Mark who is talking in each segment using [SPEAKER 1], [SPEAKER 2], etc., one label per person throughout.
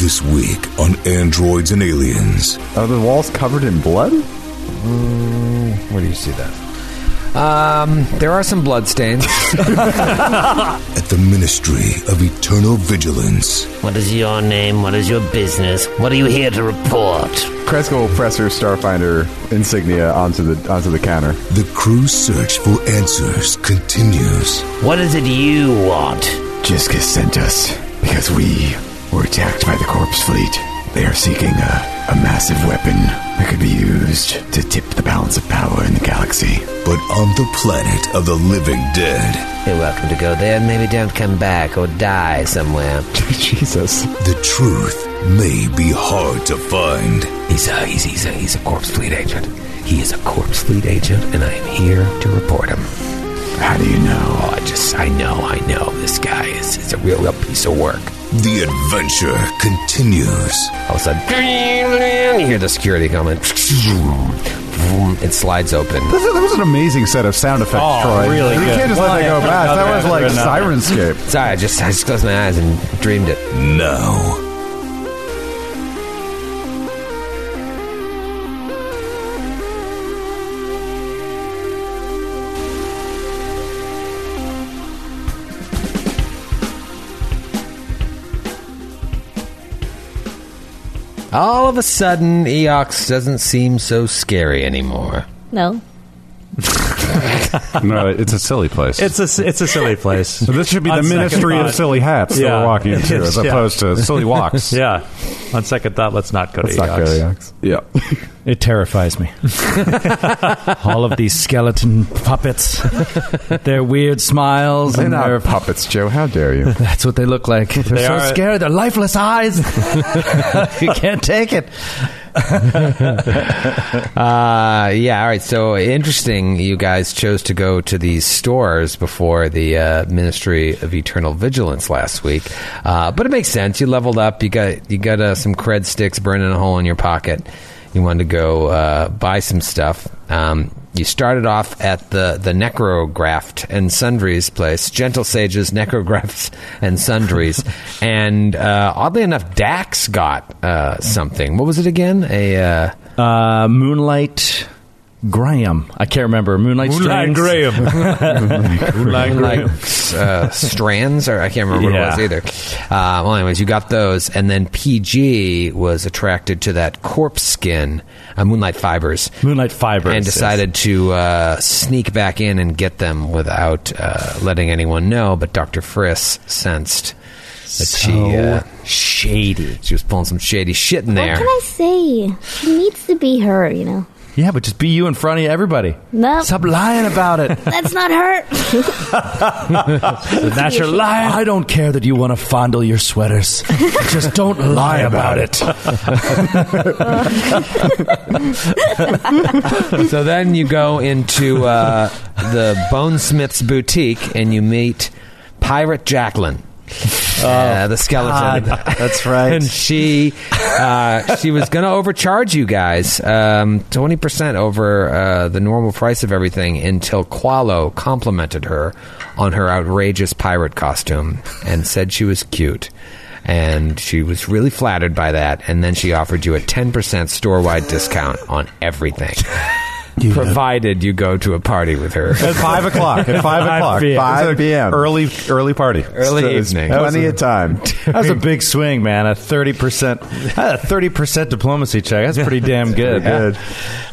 [SPEAKER 1] This week on Androids and Aliens.
[SPEAKER 2] Are the walls covered in blood?
[SPEAKER 3] Mm, Where do you see that? Um, there are some blood stains.
[SPEAKER 1] At the Ministry of Eternal Vigilance.
[SPEAKER 4] What is your name? What is your business? What are you here to report?
[SPEAKER 2] Kresko will press her Starfinder insignia onto the onto the counter.
[SPEAKER 1] The crew's search for answers continues.
[SPEAKER 4] What is it you want?
[SPEAKER 5] Jiska sent us because we were attacked by the corpse fleet. They are seeking a, a massive weapon that could be used to tip the balance of power in the galaxy.
[SPEAKER 1] But on the planet of the living dead,
[SPEAKER 4] You're welcome to go there and maybe don't come back or die somewhere.
[SPEAKER 2] Jesus.
[SPEAKER 1] the truth may be hard to find.
[SPEAKER 6] He's a, he's, he's, a, he's a corpse fleet agent. He is a corpse fleet agent, and I am here to report him.
[SPEAKER 5] How do you know?
[SPEAKER 6] Oh, I just, I know, I know. This guy is, is a real, real piece of work.
[SPEAKER 1] The adventure continues.
[SPEAKER 3] All of a sudden, you hear the security comment. It slides open.
[SPEAKER 2] That was, that was an amazing set of sound effects,
[SPEAKER 7] Oh,
[SPEAKER 2] Troy.
[SPEAKER 7] really
[SPEAKER 2] You
[SPEAKER 7] good.
[SPEAKER 2] can't just let that go past. That was like Sirenscape.
[SPEAKER 3] Sorry, I just, I just closed my eyes and dreamed it.
[SPEAKER 1] Now,
[SPEAKER 3] All of a sudden, Eox doesn't seem so scary anymore.
[SPEAKER 8] No.
[SPEAKER 9] No, it's a silly place.
[SPEAKER 7] It's a s- it's a silly place.
[SPEAKER 9] so this should be the
[SPEAKER 7] On second
[SPEAKER 9] ministry of
[SPEAKER 7] thought-
[SPEAKER 9] silly hats that
[SPEAKER 7] Yeah.
[SPEAKER 9] we're walking into, as
[SPEAKER 7] Yeah.
[SPEAKER 9] opposed to silly walks.
[SPEAKER 7] Yeah. On second thought, let's not go
[SPEAKER 2] It's
[SPEAKER 7] to
[SPEAKER 2] not
[SPEAKER 7] Eox.
[SPEAKER 2] good, Yox.
[SPEAKER 5] Yeah.
[SPEAKER 10] It terrifies me. All of these skeleton puppets, their weird smiles,
[SPEAKER 2] They're
[SPEAKER 10] and
[SPEAKER 2] not
[SPEAKER 10] their,
[SPEAKER 2] puppets, Joe. How dare you?
[SPEAKER 10] that's what they look like. They're
[SPEAKER 7] They
[SPEAKER 10] so
[SPEAKER 7] are-
[SPEAKER 10] scared. They're lifeless eyes. you can't take it.
[SPEAKER 3] Uh, yeah, all right. So interesting. You guys chose to go to these stores before the uh, Ministry of Eternal Vigilance last week, uh, but it makes sense. You leveled up. You got you got uh, some cred sticks burning a hole in your pocket. You wanted to go uh, buy some stuff. Um, you started off at the the Necrograft and Sundries place, Gentle Sages, Necrografts and Sundries, and uh, oddly enough, Dax got uh, something. What was it again? A uh,
[SPEAKER 10] Uh, Moonlight Graham. I can't remember. Moonlight,
[SPEAKER 7] Moonlight
[SPEAKER 10] Strings?
[SPEAKER 7] Graham.
[SPEAKER 3] And, like uh, strands, or I can't remember what
[SPEAKER 10] Yeah.
[SPEAKER 3] it was either. Uh, well, anyways, you got those, and then PG was attracted to that corpse skin, uh, moonlight fibers,
[SPEAKER 10] Moonlight Fibers.
[SPEAKER 3] and decided to uh, sneak back in and get them without uh, letting anyone know. But Doctor Friss sensed that
[SPEAKER 10] Yes.
[SPEAKER 3] she uh,
[SPEAKER 10] So shady.
[SPEAKER 3] she was pulling some shady shit in
[SPEAKER 8] What
[SPEAKER 3] there.
[SPEAKER 8] can I say? She needs to be her, you know.
[SPEAKER 10] Yeah, but just be you in front of everybody.
[SPEAKER 8] No,
[SPEAKER 10] Stop lying about it.
[SPEAKER 8] that's not her.
[SPEAKER 10] That's your lie. I don't care that you want to fondle your sweaters. Just don't lie about it.
[SPEAKER 3] so then you go into uh, the Bonesmith's boutique and you meet Pirate Jacqueline. uh, the skeleton.
[SPEAKER 10] That's right.
[SPEAKER 3] And she uh, she was going to overcharge you guys um, 20% over uh, the normal price of everything until Qualo complimented her on her outrageous pirate costume and said she was cute. And she was really flattered by that. And then she offered you a 10% store wide discount on everything. provided you go to a party with her.
[SPEAKER 9] At five o'clock. At five o'clock.
[SPEAKER 2] 5 p.m.
[SPEAKER 9] Early, early party.
[SPEAKER 3] Early
[SPEAKER 2] There's
[SPEAKER 3] evening.
[SPEAKER 2] Plenty of time.
[SPEAKER 10] That was a big swing, man. A thirty percent, a thirty percent diplomacy check. That's pretty damn good.
[SPEAKER 2] Good.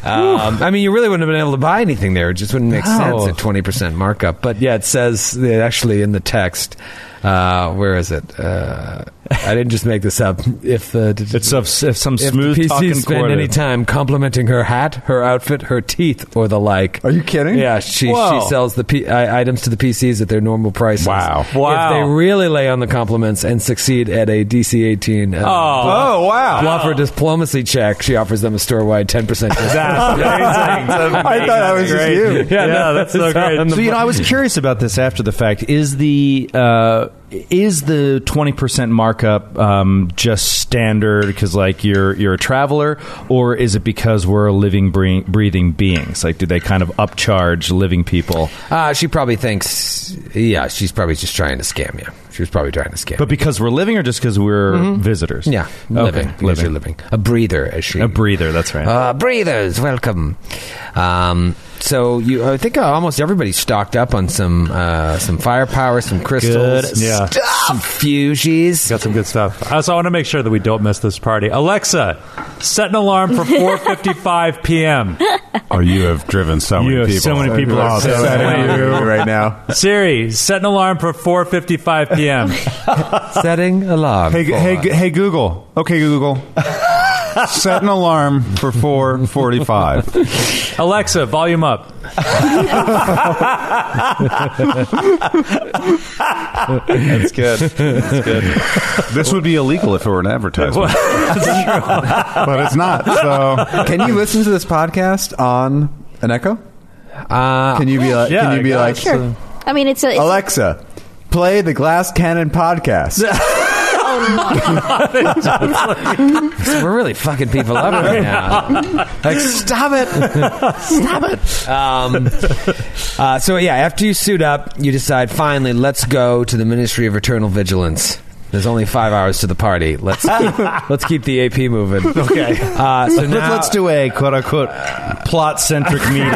[SPEAKER 3] Um, I mean, you really wouldn't have been able to buy anything there. It just wouldn't make
[SPEAKER 10] No.
[SPEAKER 3] sense at twenty percent markup. But yeah, it says it actually in the text. Uh, where is it? Uh, I didn't just make this up. If uh, the
[SPEAKER 10] It's of s- if some
[SPEAKER 3] if
[SPEAKER 10] smooth
[SPEAKER 3] the PC
[SPEAKER 10] talking
[SPEAKER 3] spend
[SPEAKER 10] quarter.
[SPEAKER 3] any time complimenting her hat, her outfit, her teeth, or the like.
[SPEAKER 2] Are you kidding?
[SPEAKER 3] Yeah, she
[SPEAKER 10] Whoa.
[SPEAKER 3] she sells the P- I, items to the PCs at their normal prices.
[SPEAKER 2] Wow.
[SPEAKER 3] If
[SPEAKER 7] Wow.
[SPEAKER 3] they really lay on the compliments and succeed at a DC eighteen. Uh,
[SPEAKER 2] Oh, wow.
[SPEAKER 3] Bluff or diplomacy check. She offers them a store wide ten percent discount.
[SPEAKER 2] I thought that was just you.
[SPEAKER 7] Yeah, no, that's so great.
[SPEAKER 10] So you know, I was curious about this after the fact. Is the uh, is the twenty percent markup um, just standard because like you're you're a traveler, or is it because we're living bre- breathing beings? Like, do they kind of upcharge living people?
[SPEAKER 3] Uh, she probably thinks, yeah, she's probably just trying to scam you. She was probably trying to scam.
[SPEAKER 10] But because we're living, or just because we're visitors?
[SPEAKER 3] Mm-hmm. Yeah,
[SPEAKER 10] Okay,
[SPEAKER 3] living, living,
[SPEAKER 10] living.
[SPEAKER 3] living, a breather, as she
[SPEAKER 10] A breather. That's right.
[SPEAKER 3] Uh, breathers, welcome. Um, so you, I think uh, almost everybody stocked up on some uh, some firepower, some crystals,
[SPEAKER 7] Good Yeah.
[SPEAKER 3] stuff, some fugies.
[SPEAKER 7] Got some good stuff. Uh, so I want to make sure that we don't miss this party. Alexa, set an alarm for 4:55 p.m.
[SPEAKER 9] Oh, you have driven so many
[SPEAKER 10] You have
[SPEAKER 9] people.
[SPEAKER 10] so many people
[SPEAKER 9] Oh,
[SPEAKER 10] upset.
[SPEAKER 9] so many people.
[SPEAKER 2] right now.
[SPEAKER 7] Siri, set an alarm for 4:55 p.m.
[SPEAKER 3] Setting alarm.
[SPEAKER 9] Hey,
[SPEAKER 3] for-
[SPEAKER 9] hey, hey, Google. Okay, Google. Set an alarm for four forty-five.
[SPEAKER 7] Alexa, volume up.
[SPEAKER 9] That's good. That's good. This would be illegal if it were an advertisement, but it's not. So
[SPEAKER 2] Can you listen to this podcast on an Echo?
[SPEAKER 3] Uh,
[SPEAKER 2] Can you be like?
[SPEAKER 7] Yeah,
[SPEAKER 2] can you be
[SPEAKER 7] I
[SPEAKER 2] like?
[SPEAKER 7] guess.
[SPEAKER 8] Sure. I mean, it's a. It's
[SPEAKER 2] Alexa, play the Glass Cannon podcast.
[SPEAKER 3] We're really fucking people up right now. Like, stop it. Stop it. Um, uh, so, yeah, after you suit up, you decide finally, let's go to the Ministry of Eternal Vigilance. There's only five hours to the party. Let's keep, let's keep the AP moving. Okay. Uh, so now,
[SPEAKER 10] Let's do a quote unquote plot centric meeting,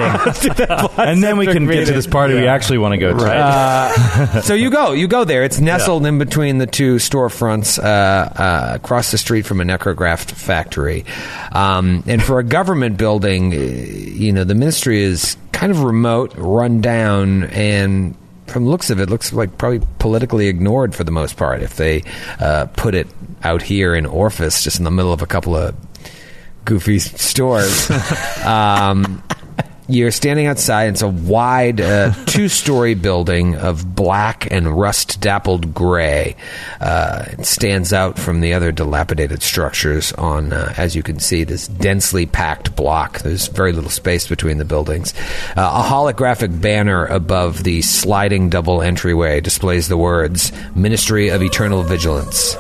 [SPEAKER 10] and then we can get to this party we actually want to go to.
[SPEAKER 3] Uh, so you go, you go there. It's nestled in between the two storefronts, uh, uh, across the street from a necrographed factory, um, and for a government building, uh, you know, the ministry is kind of remote, run down, and from the looks of it, looks like probably politically ignored for the most part. If they uh, put it out here in Orpheus, just in the middle of a couple of goofy stores. um, you're standing outside. It's a wide uh, two story building of black and rust dappled gray. Uh, it stands out from the other dilapidated structures on, uh, as you can see, this densely packed block. There's very little space between the buildings. Uh, a holographic banner above the sliding double entryway displays the words Ministry of Eternal Vigilance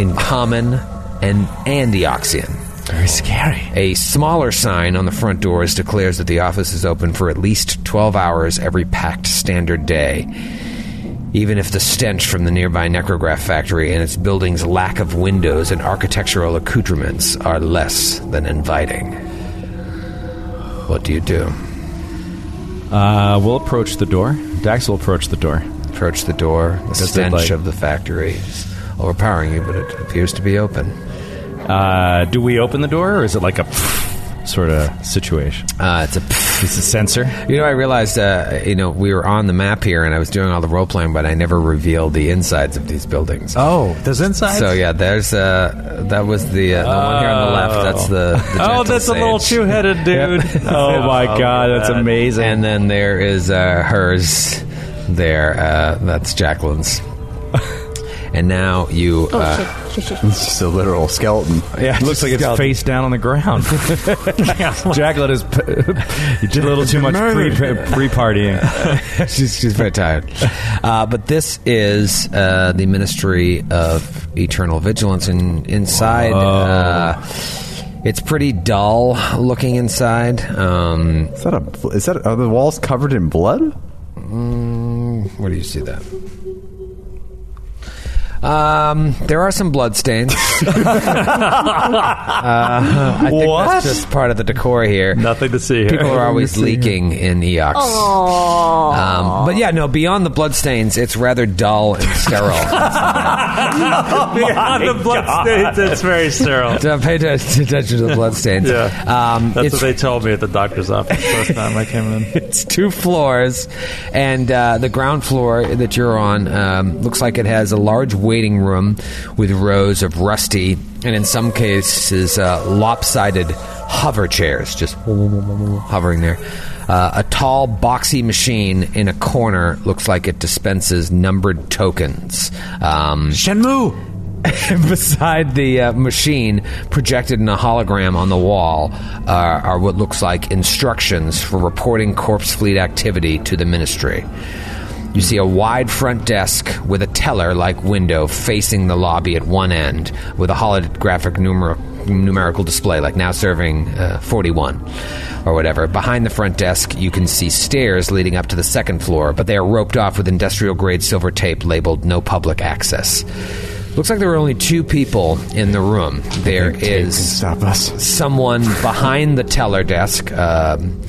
[SPEAKER 3] in common and Andioxian.
[SPEAKER 10] Very scary.
[SPEAKER 3] A smaller sign on the front doors declares that the office is open for at least 12 hours every packed standard day. Even if the stench from the nearby necrograph factory and its building's lack of windows and architectural accoutrements are less than inviting. What do you do?
[SPEAKER 10] Uh, we'll approach the door. Dax will approach the door.
[SPEAKER 3] Approach the door. The
[SPEAKER 10] the
[SPEAKER 3] stench
[SPEAKER 10] light.
[SPEAKER 3] of the factory is overpowering you, but it appears to be open.
[SPEAKER 10] Uh, do we open the door, or is it like a sort of situation?
[SPEAKER 3] Uh, it's a
[SPEAKER 10] It's a sensor.
[SPEAKER 3] You know, I realized, uh, you know, we were on the map here, and I was doing all the role playing, but I never revealed the insides of these buildings.
[SPEAKER 7] Oh, there's inside.
[SPEAKER 3] So yeah, there's uh, that was the uh, the one here on the left. That's the, the
[SPEAKER 7] oh,
[SPEAKER 3] gentle
[SPEAKER 7] that's a little
[SPEAKER 3] sage.
[SPEAKER 7] two-headed dude.
[SPEAKER 10] Oh my god, that's amazing.
[SPEAKER 3] And then there is uh, hers. There, uh, that's Jacqueline's. And now you,
[SPEAKER 8] Oh,
[SPEAKER 3] uh,
[SPEAKER 8] shit. shit, shit, shit.
[SPEAKER 2] It's just a literal skeleton.
[SPEAKER 10] Yeah, it looks like it's face down on the ground. Jacqueline is you did a little too much pre pre partying.
[SPEAKER 3] she's she's very tired. Uh, but this is uh, the Ministry of Eternal Vigilance, and inside, uh, it's pretty dull looking inside. Um,
[SPEAKER 2] Is that a? Is that? Are the walls covered in blood?
[SPEAKER 3] Mm, where do you see that? Um, there are some blood stains. uh, I think that's just part of the decor here.
[SPEAKER 7] Nothing to see here.
[SPEAKER 3] People are always leaking in Eox.
[SPEAKER 8] Oh.
[SPEAKER 3] Um, but yeah, no. Beyond the bloodstains, it's rather dull and sterile.
[SPEAKER 7] on
[SPEAKER 10] Oh
[SPEAKER 7] the bloodstains. It's very sterile.
[SPEAKER 3] Don't pay atten- attention to the bloodstains.
[SPEAKER 7] Yeah.
[SPEAKER 3] um,
[SPEAKER 7] That's
[SPEAKER 3] it's,
[SPEAKER 7] what they told me at the doctor's office the first time I came in.
[SPEAKER 3] it's two floors, and uh, the ground floor that you're on um, looks like it has a large waiting room with rows of rusty and, in some cases, uh, lopsided hover chairs, just hovering there. Uh, a tall, boxy machine in a corner looks like it dispenses numbered tokens. Um,
[SPEAKER 7] Shenmue.
[SPEAKER 3] And beside the uh, machine, projected in a hologram on the wall, uh, are what looks like instructions for reporting corpse fleet activity to the ministry. You see a wide front desk with a teller like window facing the lobby at one end with a holographic numer- numerical display, like now serving uh, 41 or whatever. Behind the front desk, you can see stairs leading up to the second floor, but they are roped off with industrial grade silver tape labeled no public access. Looks like there were only two people in the room. There is someone behind the teller desk. Um,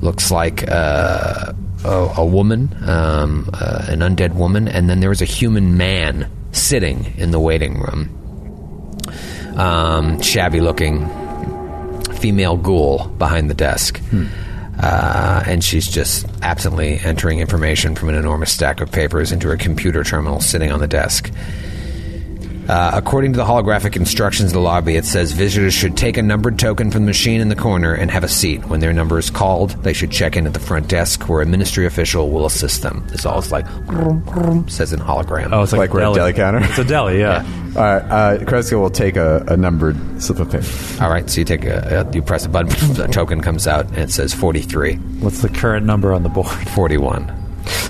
[SPEAKER 3] looks like uh, a, a woman, um, uh, an undead woman, and then there was a human man sitting in the waiting room. Um, shabby looking female ghoul behind the desk. Uh, and she's just absently entering information from an enormous stack of papers into a computer terminal sitting on the desk. Uh, according to the holographic instructions in the lobby, it says visitors should take a numbered token from the machine in the corner and have a seat. When their number is called, they should check in at the front desk where a ministry official will assist them. It's all it's like says in hologram.
[SPEAKER 7] Oh, it's like,
[SPEAKER 2] Like we're at a deli counter.
[SPEAKER 7] It's a deli, yeah.
[SPEAKER 2] All right, uh, Kreska will take a, a numbered slip of paper.
[SPEAKER 3] All right, so you take a, uh, you press a button, the token comes out, and it says forty three.
[SPEAKER 7] What's the current number on the board?
[SPEAKER 3] Forty one.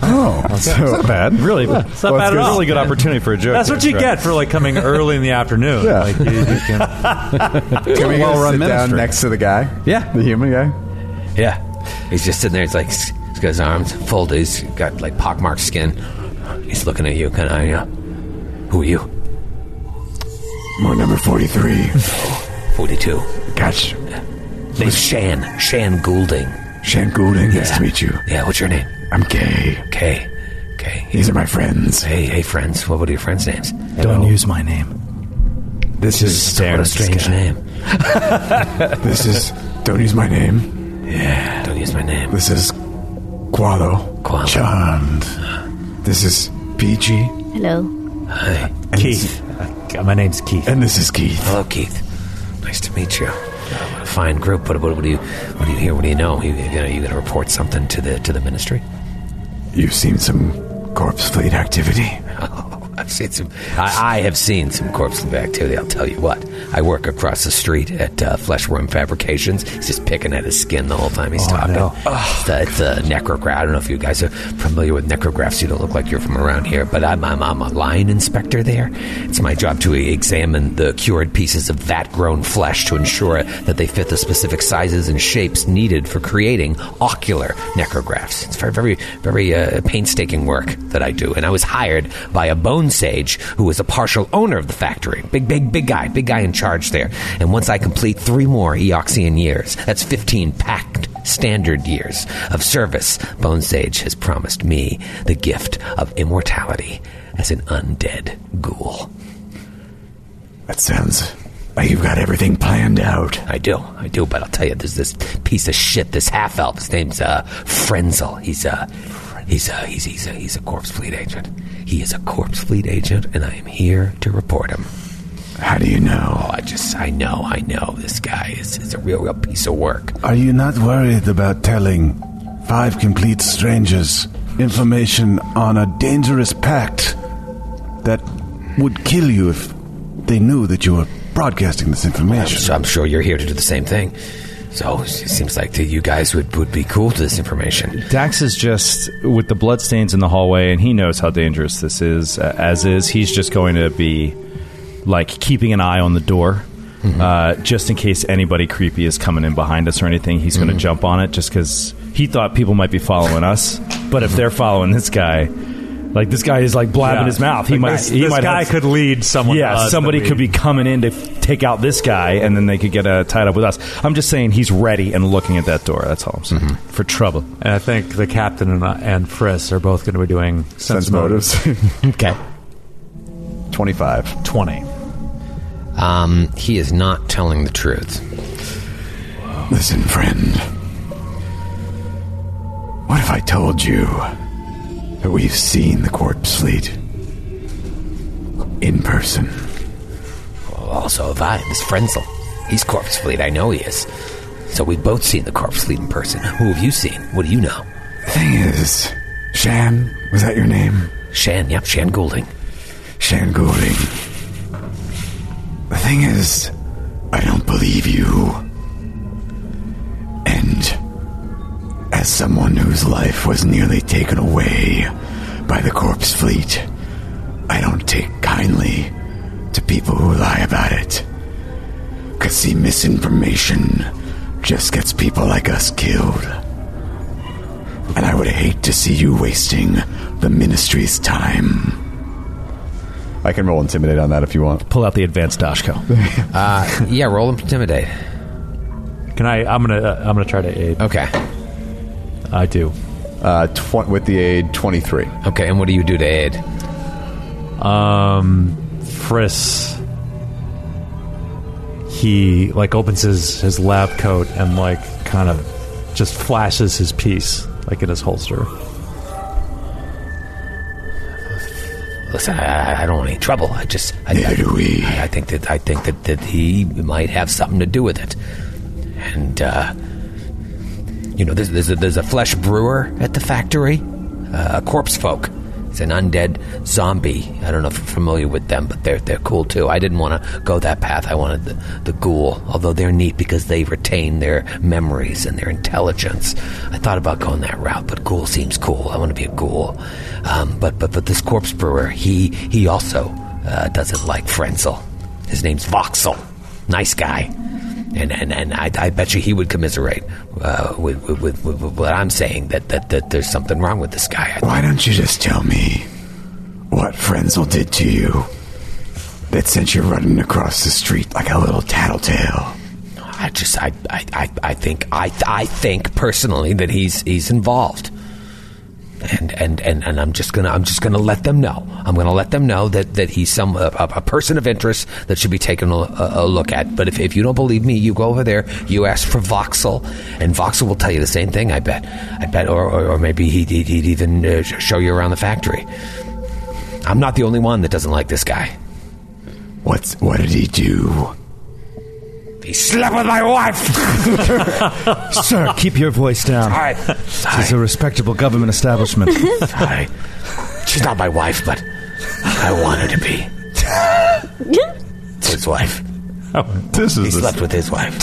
[SPEAKER 2] Oh, so,
[SPEAKER 9] Not bad.
[SPEAKER 10] Really,
[SPEAKER 7] It's not bad at all.
[SPEAKER 10] really good opportunity for a joke.
[SPEAKER 7] That's what you
[SPEAKER 10] right?
[SPEAKER 7] get for like coming early in the afternoon.
[SPEAKER 2] Yeah.
[SPEAKER 7] Like, you, you can,
[SPEAKER 2] can we
[SPEAKER 9] Well
[SPEAKER 2] well
[SPEAKER 9] run
[SPEAKER 2] sit down
[SPEAKER 9] ministry.
[SPEAKER 2] next to the guy?
[SPEAKER 3] Yeah.
[SPEAKER 2] the human guy.
[SPEAKER 3] Yeah, he's just sitting there. He's like, he's got his arms folded. He's got like pockmarked skin. He's looking at you, kind of. Uh, Who are you?
[SPEAKER 5] More number 43.
[SPEAKER 3] Forty two.
[SPEAKER 5] Gotch.
[SPEAKER 3] Name's Shan. Shan Goulding.
[SPEAKER 5] Shan Goulding, nice to meet you.
[SPEAKER 3] Yeah, what's your name?
[SPEAKER 5] I'm gay.
[SPEAKER 3] Kay. Kay.
[SPEAKER 5] These are my friends.
[SPEAKER 3] Hey, hey, friends. What were your friends' names?
[SPEAKER 10] Don't use my name.
[SPEAKER 5] This is
[SPEAKER 10] Stare
[SPEAKER 3] What
[SPEAKER 10] at
[SPEAKER 3] a
[SPEAKER 10] this
[SPEAKER 3] strange
[SPEAKER 10] guy.
[SPEAKER 3] name.
[SPEAKER 5] this is don't use my name.
[SPEAKER 3] Don't use my name.
[SPEAKER 5] This is Qualo.
[SPEAKER 3] Qualo. Uh.
[SPEAKER 5] Charmed. This is Peachy.
[SPEAKER 8] Hello.
[SPEAKER 3] Hi.
[SPEAKER 5] And this-
[SPEAKER 7] Keith. God, Uh, my name's Keith.
[SPEAKER 5] And this is Keith.
[SPEAKER 3] Hello, Keith. Nice to meet you. Uh, what a Fine group. What, what, what do you what do you hear? What do you know? You, you gonna you gonna report something to the to the ministry?
[SPEAKER 5] You've seen some corpse fleet activity.
[SPEAKER 3] Oh, I've seen some. I, I have seen some corpse live activity. I'll tell you what. I work across the street at uh, Fleshworm Fabrications. He's just picking at his skin the whole time he's talking. It's the, it's the necrograph. I don't know if you guys are familiar with necrographs. You don't look like you're from around here, but I'm, I'm, I'm a line inspector there. It's my job to examine the cured pieces of vat-grown flesh to ensure that they fit the specific sizes and shapes needed for creating ocular necrographs. It's very, very, very uh, painstaking work that I do, and I was hired by a bone sage who was a partial owner of the factory. Big, big, big guy, big guy in charge there. And once I complete three more Eoxian years, that's 15 packed standard years of service, bone sage has promised me the gift of immortality as an undead ghoul.
[SPEAKER 5] That sounds like you've got everything planned out.
[SPEAKER 3] I do, I do, but I'll tell you, there's this piece of shit, this half elf. His name's uh, Frenzel. He's a, he's a, he's he's a, he's a corpse fleet agent. He is a corpse fleet agent, and I am here to report him.
[SPEAKER 5] How do you know?
[SPEAKER 3] Oh, I just, I know, I know, this guy is, is a real, real piece of work.
[SPEAKER 11] Are you not worried about telling five complete strangers information on a dangerous pact that would kill you if they knew that you were broadcasting this
[SPEAKER 3] So
[SPEAKER 11] information?
[SPEAKER 3] I'm sure you're here to do the same thing. So it seems like that you guys would, would be cool to this information.
[SPEAKER 10] Dax is just with the bloodstains in the hallway, and he knows how dangerous this is. Uh, as is, he's just going to be like keeping an eye on the door,
[SPEAKER 7] Mm-hmm.
[SPEAKER 10] uh, just in case anybody creepy is coming in behind us or anything. He's
[SPEAKER 7] Mm-hmm.
[SPEAKER 10] going to jump on it just because he thought people might be following us. But if they're following this guy, like this guy is like blabbing
[SPEAKER 7] Yeah.
[SPEAKER 10] his mouth, he
[SPEAKER 7] Like,
[SPEAKER 10] might.
[SPEAKER 7] This,
[SPEAKER 10] he
[SPEAKER 7] this
[SPEAKER 10] might
[SPEAKER 7] guy
[SPEAKER 10] have-
[SPEAKER 7] could lead someone. to us
[SPEAKER 10] yeah,
[SPEAKER 7] that
[SPEAKER 10] somebody
[SPEAKER 7] we-
[SPEAKER 10] could be coming in to f- take out this guy, and then they could get uh, tied up with us. I'm just saying he's ready and looking at that door. That's all I'm saying for trouble.
[SPEAKER 7] Mm-hmm. And I think the captain and, uh, and Friss are both going to be doing sense,
[SPEAKER 2] Sense
[SPEAKER 7] motive.
[SPEAKER 2] motives.
[SPEAKER 10] Okay.
[SPEAKER 2] Twenty-five.
[SPEAKER 7] Twenty.
[SPEAKER 3] Um, he is not telling the truth.
[SPEAKER 5] Listen, friend. What if I told you that we've seen the corpse fleet in person?
[SPEAKER 3] Also, have I. This Frenzel. He's Corpse Fleet. I know he is. So we've both seen the Corpse Fleet in person. Who have you seen? What do you know?
[SPEAKER 5] Thing is, Shan, was that your name?
[SPEAKER 3] Shan. Yep, Shan Goulding.
[SPEAKER 5] Shan Goulding. The thing is, I don't believe you. And as someone whose life was nearly taken away by the corpse fleet. I don't take kindly to people who lie about it. Because, see, misinformation just gets people like us killed. And I would hate to see you wasting the ministry's time.
[SPEAKER 2] I can roll intimidate on that if you want.
[SPEAKER 10] Pull out the advanced Dashko.
[SPEAKER 3] Uh, yeah, roll intimidate.
[SPEAKER 7] Can I? I'm gonna. Uh, I'm gonna try to aid.
[SPEAKER 3] Okay.
[SPEAKER 7] I do.
[SPEAKER 2] Uh, tw- with the aid, twenty three.
[SPEAKER 3] Okay, and what do you do to aid?
[SPEAKER 7] Um, Friss. He like opens his his lab coat and like kind of just flashes his piece like in his holster.
[SPEAKER 3] Listen, I, I don't want any trouble. I just I,
[SPEAKER 5] Neither do we.
[SPEAKER 3] I, I think that I think that, that he might have something to do with it, and uh, you know, there's there's a, there's a flesh brewer at the factory, uh, corpse folk. It's an undead zombie. I don't know if you're familiar with them, but they're they're cool too. I didn't want to go that path. I wanted the, the ghoul, although they're neat because they retain their memories and their intelligence. I thought about going that route, but ghoul seems cool. I want to be a ghoul. Um, but but but this corpse brewer, he he also uh, doesn't like Frenzel. His name's Voxel. Nice guy and and, and I, I bet you he would commiserate uh, with, with, with, with what I'm saying that, that that there's something wrong with this guy.
[SPEAKER 5] Why don't you just tell me what Frenzel did to you that sent you running across the street like a little tattletale?
[SPEAKER 3] I just I I, I, I think I I think personally that he's he's involved. And, and, and, and I'm just gonna I'm just gonna let them know. I'm gonna let them know that, that he's some a, a a person of interest that should be taken a, a a look at. But if, if you don't believe me, you go over there. You ask for Voxel, and Voxel will tell you the same thing. I bet. I bet. Or, or, or maybe he'd, he'd, he'd even uh, sh- show you around the factory. I'm not the only one that doesn't like this guy.
[SPEAKER 5] What's what did he do?
[SPEAKER 3] He slept with my wife.
[SPEAKER 10] Sir, keep your voice down.
[SPEAKER 3] Sorry.
[SPEAKER 10] This is a respectable government establishment.
[SPEAKER 3] Sorry. She's not my wife, but I want her to be. It's his wife.
[SPEAKER 9] Oh, This
[SPEAKER 3] He
[SPEAKER 9] is the-
[SPEAKER 3] slept with his wife.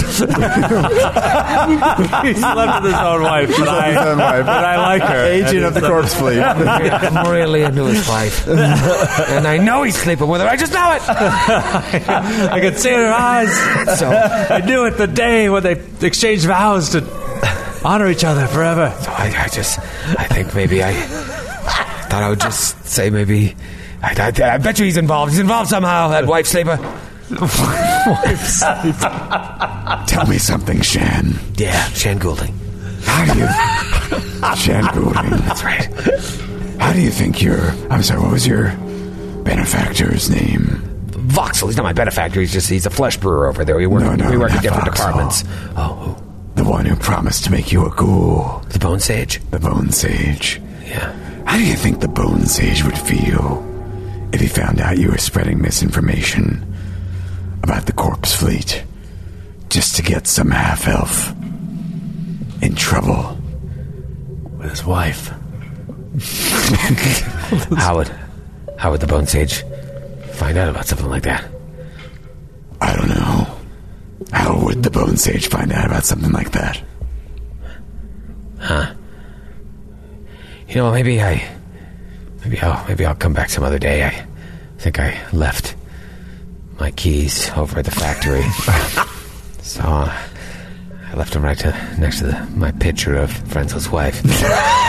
[SPEAKER 7] he slept with his own wife, but I,
[SPEAKER 9] his own wife.
[SPEAKER 7] but I like her.
[SPEAKER 9] agent of the corpse fleet.
[SPEAKER 3] I'm really into his wife. and I know he's sleeping with her. I just know it.
[SPEAKER 7] I could see it in her eyes.
[SPEAKER 3] So,
[SPEAKER 7] I knew it the day when they exchanged vows to honor each other forever.
[SPEAKER 3] so I, I just, I think maybe I thought I would just say maybe. I, I, I bet you he's involved. He's involved somehow, that wife sleeper.
[SPEAKER 5] Tell me something, Shan.
[SPEAKER 3] Yeah, Shan Goulding.
[SPEAKER 5] How do you, Shan Goulding?
[SPEAKER 3] That's right.
[SPEAKER 5] How do you think your? I'm sorry. What was your benefactor's name?
[SPEAKER 3] Voxel. He's not my benefactor. He's just he's a flesh brewer over there. We work
[SPEAKER 5] No, no,
[SPEAKER 3] we work in
[SPEAKER 5] not
[SPEAKER 3] different
[SPEAKER 5] Voxel.
[SPEAKER 3] departments. Oh, who?
[SPEAKER 5] The one who promised to make you a ghoul,
[SPEAKER 3] the Bone Sage.
[SPEAKER 5] the Bone Sage.
[SPEAKER 3] Yeah.
[SPEAKER 5] How do you think the Bone Sage would feel if he found out you were spreading misinformation about the corpse fleet just to get some half elf in trouble?
[SPEAKER 3] With his wife. how would how would the Bone Sage find out about something like that?
[SPEAKER 5] I don't know. How would the Bone Sage find out about something like that?
[SPEAKER 3] You know, maybe I maybe I'll maybe I'll come back some other day. I think I left my keys over at the factory. so uh, I left them right to, next to the, my picture of Frenzel's wife.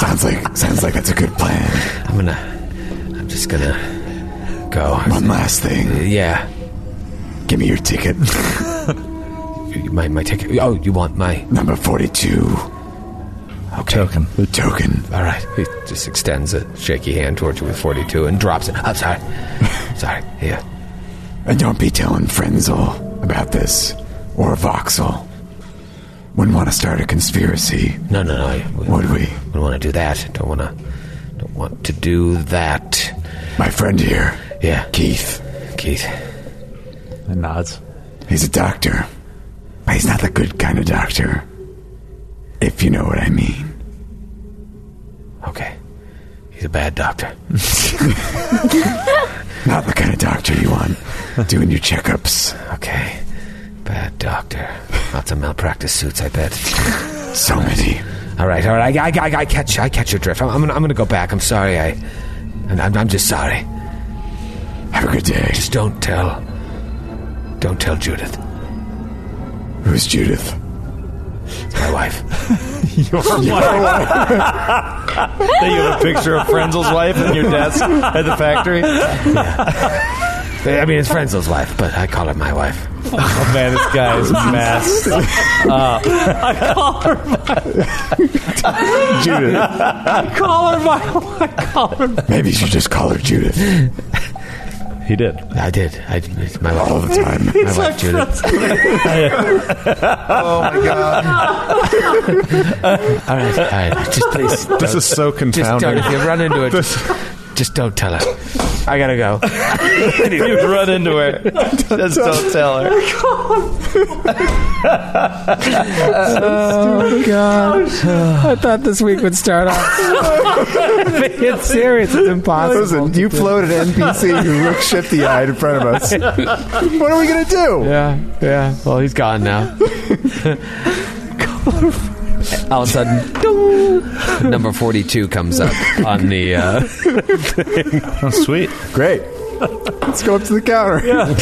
[SPEAKER 5] Sounds like sounds like that's a good plan.
[SPEAKER 3] I'm gonna. I'm just gonna go.
[SPEAKER 5] One last thing.
[SPEAKER 3] Yeah,
[SPEAKER 5] Give me your ticket.
[SPEAKER 3] my my ticket. Oh, you want my?
[SPEAKER 5] Number 42.
[SPEAKER 3] Okay. Token.
[SPEAKER 5] The token.
[SPEAKER 3] All right. He just extends a shaky hand towards you with 42 and drops it. I'm sorry. sorry. Yeah.
[SPEAKER 5] And don't be telling Frenzel about this. Or Voxel. Wouldn't want to start a conspiracy,
[SPEAKER 3] No, no, no. I
[SPEAKER 5] would we?
[SPEAKER 3] don't want to do that. Don't want to. Don't want to do that.
[SPEAKER 5] My friend here,
[SPEAKER 3] Yeah,
[SPEAKER 5] Keith,
[SPEAKER 3] Keith.
[SPEAKER 7] And nods.
[SPEAKER 5] he's a doctor. But he's not the good kind of doctor. If you know what I mean.
[SPEAKER 3] Okay. He's a bad doctor.
[SPEAKER 5] Not the kind of doctor you want doing your checkups.
[SPEAKER 3] Okay. Bad doctor. Lots of malpractice suits, I bet.
[SPEAKER 5] So many.
[SPEAKER 3] All right, all right. I, I, I, I catch, I catch your drift. I'm, I'm, gonna, I'm gonna go back. I'm sorry. I, I'm, I'm- I'm just sorry.
[SPEAKER 5] Have a good day.
[SPEAKER 3] Just don't tell. Don't tell Judith.
[SPEAKER 5] Who's Judith?
[SPEAKER 3] It's my wife.
[SPEAKER 10] Your wife. that you have a picture of Frenzel's wife on your desk at the factory.
[SPEAKER 3] I mean, it's Frenzel's wife, but I call her my wife.
[SPEAKER 10] Oh man, this guy is mass.
[SPEAKER 7] I call her my
[SPEAKER 5] Judith.
[SPEAKER 7] I call her my. I call her.
[SPEAKER 5] Maybe you should just call her Judith.
[SPEAKER 10] He did.
[SPEAKER 3] I did. I it's my wife.
[SPEAKER 5] all the time.
[SPEAKER 3] My wife, Judith.
[SPEAKER 9] oh my
[SPEAKER 3] all right, all right. Just please.
[SPEAKER 9] This
[SPEAKER 3] don't-
[SPEAKER 9] is so
[SPEAKER 3] Just don't.
[SPEAKER 9] confounding.
[SPEAKER 3] If you run into it, just don't tell her. I gotta go.
[SPEAKER 10] you run into her. Just don't tell her.
[SPEAKER 3] oh God! I thought this week would start off. it's serious. It's impossible.
[SPEAKER 2] Listen, you floated NPC who looked shifty eyed in front of us. What are we gonna do?
[SPEAKER 3] Yeah, yeah. Well, he's gone now. All of a sudden, ding, number forty-two comes up on the. Uh,
[SPEAKER 10] oh, sweet,
[SPEAKER 2] great. Let's go up to the counter.
[SPEAKER 7] Yeah.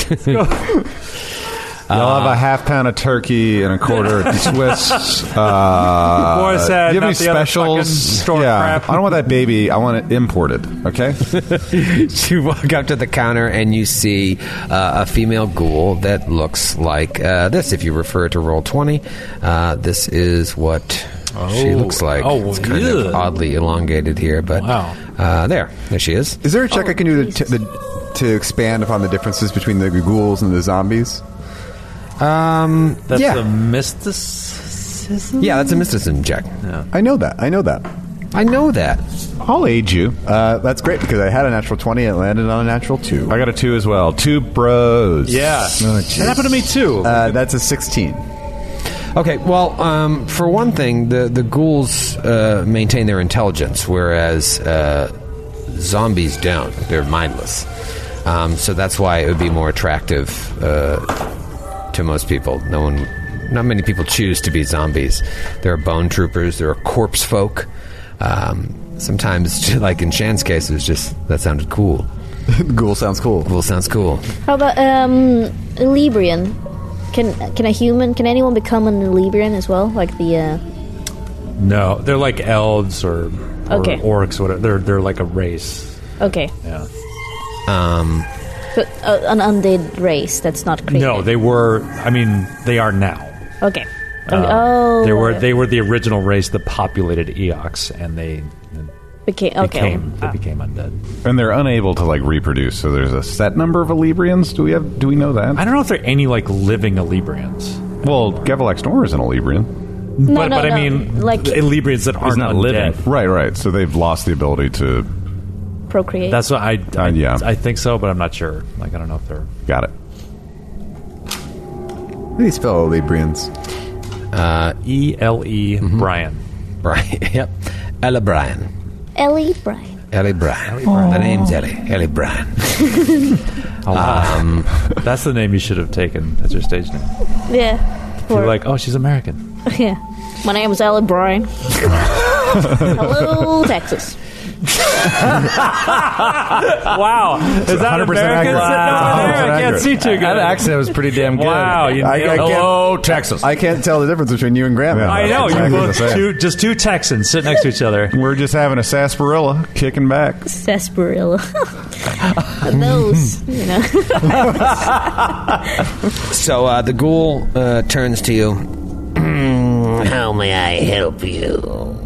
[SPEAKER 9] I'll
[SPEAKER 7] Uh,
[SPEAKER 9] have a half pound of turkey and a quarter of Swiss. Uh,
[SPEAKER 7] Boy said,
[SPEAKER 9] do you have
[SPEAKER 7] not
[SPEAKER 9] any
[SPEAKER 7] the other fucking
[SPEAKER 9] specials?
[SPEAKER 7] store
[SPEAKER 9] yeah,
[SPEAKER 7] crap.
[SPEAKER 9] I don't want that baby. I want it imported. Okay.
[SPEAKER 3] you walk up to the counter and you see uh, a female ghoul that looks like uh, this. If you refer to roll twenty, uh, this is what she
[SPEAKER 12] Oh.
[SPEAKER 3] looks like.
[SPEAKER 12] Oh,
[SPEAKER 3] it's kind
[SPEAKER 12] yeah.
[SPEAKER 3] of oddly elongated here, but
[SPEAKER 12] Wow.
[SPEAKER 3] uh, there, there she is.
[SPEAKER 2] Is there a
[SPEAKER 7] Oh,
[SPEAKER 2] check I can do to, the, to expand upon the differences between the ghouls and the zombies?
[SPEAKER 3] Um,
[SPEAKER 7] That's
[SPEAKER 2] yeah.
[SPEAKER 7] a mysticism.
[SPEAKER 3] Yeah, that's a mysticism check.
[SPEAKER 2] I know that. I know that.
[SPEAKER 3] I know that.
[SPEAKER 2] I'll aid you. Uh, that's great because I had a natural 20 and it landed on a natural 2.
[SPEAKER 9] I got a two as well. Two bros.
[SPEAKER 7] Yeah.
[SPEAKER 2] Oh,
[SPEAKER 7] that happened to me too.
[SPEAKER 2] Uh, that's a 16.
[SPEAKER 3] Okay, well, um, for one thing, the the ghouls uh, maintain their intelligence, whereas uh, zombies don't. They're mindless, um, so that's why it would be more attractive uh, to most people. No one, not many people choose to be zombies. There are bone troopers. There are corpse folk. Um, sometimes, like in Shan's case, it was just that sounded cool.
[SPEAKER 2] Ghoul sounds cool.
[SPEAKER 3] Ghoul sounds cool.
[SPEAKER 8] How about um, Librian? Can can a human? Can anyone become an Librian as well? Like the uh,
[SPEAKER 7] No, they're like elves or, or
[SPEAKER 8] Okay.
[SPEAKER 7] orcs. Whatever. They're they're like a race.
[SPEAKER 8] okay,
[SPEAKER 7] Yeah.
[SPEAKER 3] Um.
[SPEAKER 8] so, uh, an undead race that's not created.
[SPEAKER 7] No, they were. I mean, they are now.
[SPEAKER 8] Okay.
[SPEAKER 7] Um,
[SPEAKER 8] oh,
[SPEAKER 7] They were they were the original race that populated Eox, and they
[SPEAKER 8] became okay. Ah.
[SPEAKER 7] became they became undead.
[SPEAKER 9] And they're unable to like reproduce, so there's a set number of Alibrians. Do we have? Do we know that?
[SPEAKER 7] I don't know if there are any like living Alibrians.
[SPEAKER 9] Well, Gevelax Nor is an Alibrian.
[SPEAKER 8] No,
[SPEAKER 7] but
[SPEAKER 8] no,
[SPEAKER 7] but
[SPEAKER 8] no,
[SPEAKER 7] I mean,
[SPEAKER 8] like-
[SPEAKER 7] like Alibrians that aren't
[SPEAKER 10] not
[SPEAKER 7] undead.
[SPEAKER 10] living.
[SPEAKER 9] Right, right. So they've lost the ability to.
[SPEAKER 8] procreate.
[SPEAKER 7] That's what I, I
[SPEAKER 9] Uh, yeah.
[SPEAKER 7] I think so, but I'm not sure. Like I don't know if they're
[SPEAKER 9] Got it.
[SPEAKER 2] These fellow Librians.
[SPEAKER 3] Uh,
[SPEAKER 7] E L E Brian.
[SPEAKER 3] Mm-hmm. Brian. Yep. Ella Brian. E
[SPEAKER 8] Ellie Brian.
[SPEAKER 3] Ellie Bryan. The name's Ellie. Ellie Bryan.
[SPEAKER 7] Um, that's the name you should have taken. That's your stage name.
[SPEAKER 8] Yeah.
[SPEAKER 7] You're
[SPEAKER 8] Or-
[SPEAKER 7] like, oh, she's American.
[SPEAKER 8] yeah. My name is Ellie Brian. Hello, Texas.
[SPEAKER 7] wow, is that
[SPEAKER 9] 100% accurate.
[SPEAKER 7] Wow.
[SPEAKER 9] 100%
[SPEAKER 7] I can't
[SPEAKER 9] accurate.
[SPEAKER 7] see too good.
[SPEAKER 10] That accent was pretty damn good.
[SPEAKER 7] Wow, you
[SPEAKER 2] I- I
[SPEAKER 7] nailed it.
[SPEAKER 2] can't-
[SPEAKER 10] Hello, Texas.
[SPEAKER 2] I can't tell the difference between you and Graham.
[SPEAKER 9] Yeah.
[SPEAKER 7] I know
[SPEAKER 9] Exactly
[SPEAKER 7] you
[SPEAKER 9] the
[SPEAKER 7] both
[SPEAKER 9] same.
[SPEAKER 7] two just two Texans sit next to each other.
[SPEAKER 9] We're just having a sarsaparilla kicking back.
[SPEAKER 8] Sarsaparilla. Those, you know.
[SPEAKER 3] So uh, the ghoul uh, turns to you.
[SPEAKER 4] Mm, How may I help you?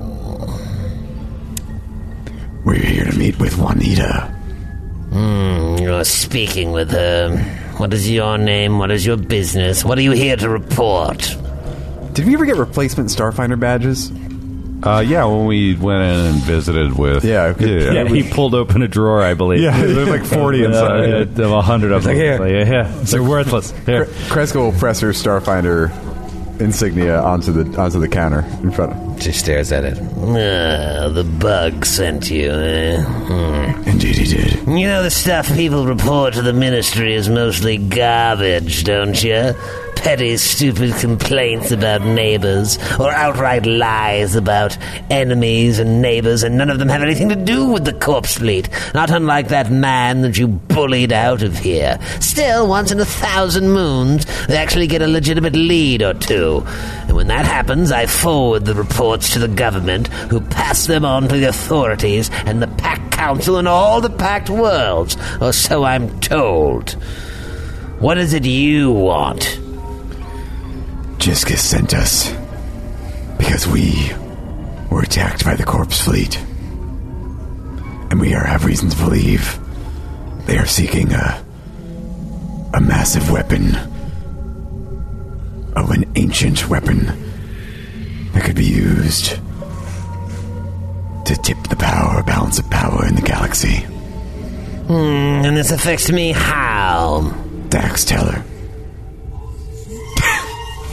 [SPEAKER 5] We're here to meet with Juanita.
[SPEAKER 4] Hmm, you're speaking with her. What is your name? What is your business? What are you here to report?
[SPEAKER 2] Did we ever get replacement Starfinder badges?
[SPEAKER 9] Uh, yeah, when we went in and visited with.
[SPEAKER 2] Yeah, okay.
[SPEAKER 10] yeah, he pulled open a drawer, I believe.
[SPEAKER 9] Yeah, there's like 40 inside.
[SPEAKER 10] Uh, uh, of a hundred of them.
[SPEAKER 3] Like, here.
[SPEAKER 10] yeah, yeah, they're worthless. Here.
[SPEAKER 2] Cresco will press her Starfinder
[SPEAKER 9] insignia onto the onto the counter in front of.
[SPEAKER 3] She stares at it.
[SPEAKER 4] Ah, the bug sent you, eh? Hmm.
[SPEAKER 5] Indeed, he did.
[SPEAKER 4] You know the stuff people report to the ministry is mostly garbage, don't you? Petty, stupid complaints about neighbors, or outright lies about enemies and neighbors, and none of them have anything to do with the corpse fleet. Not unlike that man that you bullied out of here. Still, once in a thousand moons, they actually get a legitimate lead or two. And when that happens, I forward the reports to the government, who pass them on to the authorities and the Pact Council and all the Pact worlds, or so I'm told. What is it you want?
[SPEAKER 5] Jiska sent us because we were attacked by the corpse fleet. And we are, have reason to believe they are seeking a, a massive weapon of an ancient weapon that could be used to tip the power, balance of power in the galaxy.
[SPEAKER 4] Hmm, and this affects me how?
[SPEAKER 5] Dax Teller.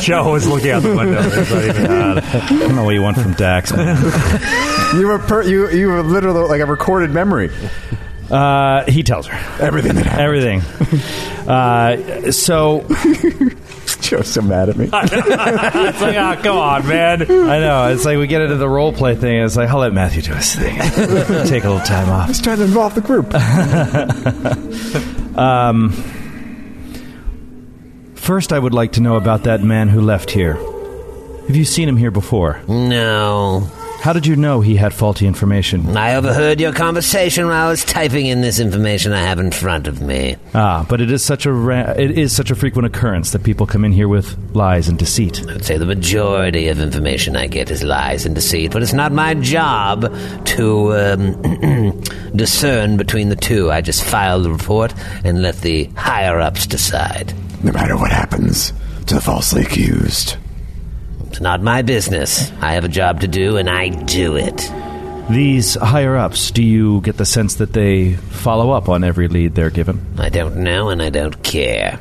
[SPEAKER 7] Joe is looking out the window. It's not even-
[SPEAKER 10] I don't know what you want from Dax.
[SPEAKER 9] you were per- you you were literally like a recorded memory.
[SPEAKER 10] Uh, he tells her
[SPEAKER 5] everything. That
[SPEAKER 10] everything. Uh, so
[SPEAKER 9] Joe's so mad at me.
[SPEAKER 7] it's like, ah, come on, man.
[SPEAKER 10] I know. It's like we get into the role play thing. It's like I'll let Matthew do his thing. Take a little time off.
[SPEAKER 9] Just trying to involve the group.
[SPEAKER 10] Um, first, I would like to know about that man who left here. Have you seen him here before?
[SPEAKER 4] No.
[SPEAKER 10] How did you know he had faulty information?
[SPEAKER 4] I overheard your conversation while I was typing in this information I have in front of me.
[SPEAKER 10] Ah, but it is such a ra- it is such a frequent occurrence that people come in here with lies and deceit.
[SPEAKER 4] I'd say the majority of information I get is lies and deceit, but it's not my job to um, discern between the two. I just file the report and let the higher ups decide.
[SPEAKER 5] No matter what happens to the falsely accused.
[SPEAKER 4] It's not my business. I have a job to do, and I do it.
[SPEAKER 10] These higher ups, do you get the sense that they follow up on every lead they're given?
[SPEAKER 4] I don't know, and I don't care.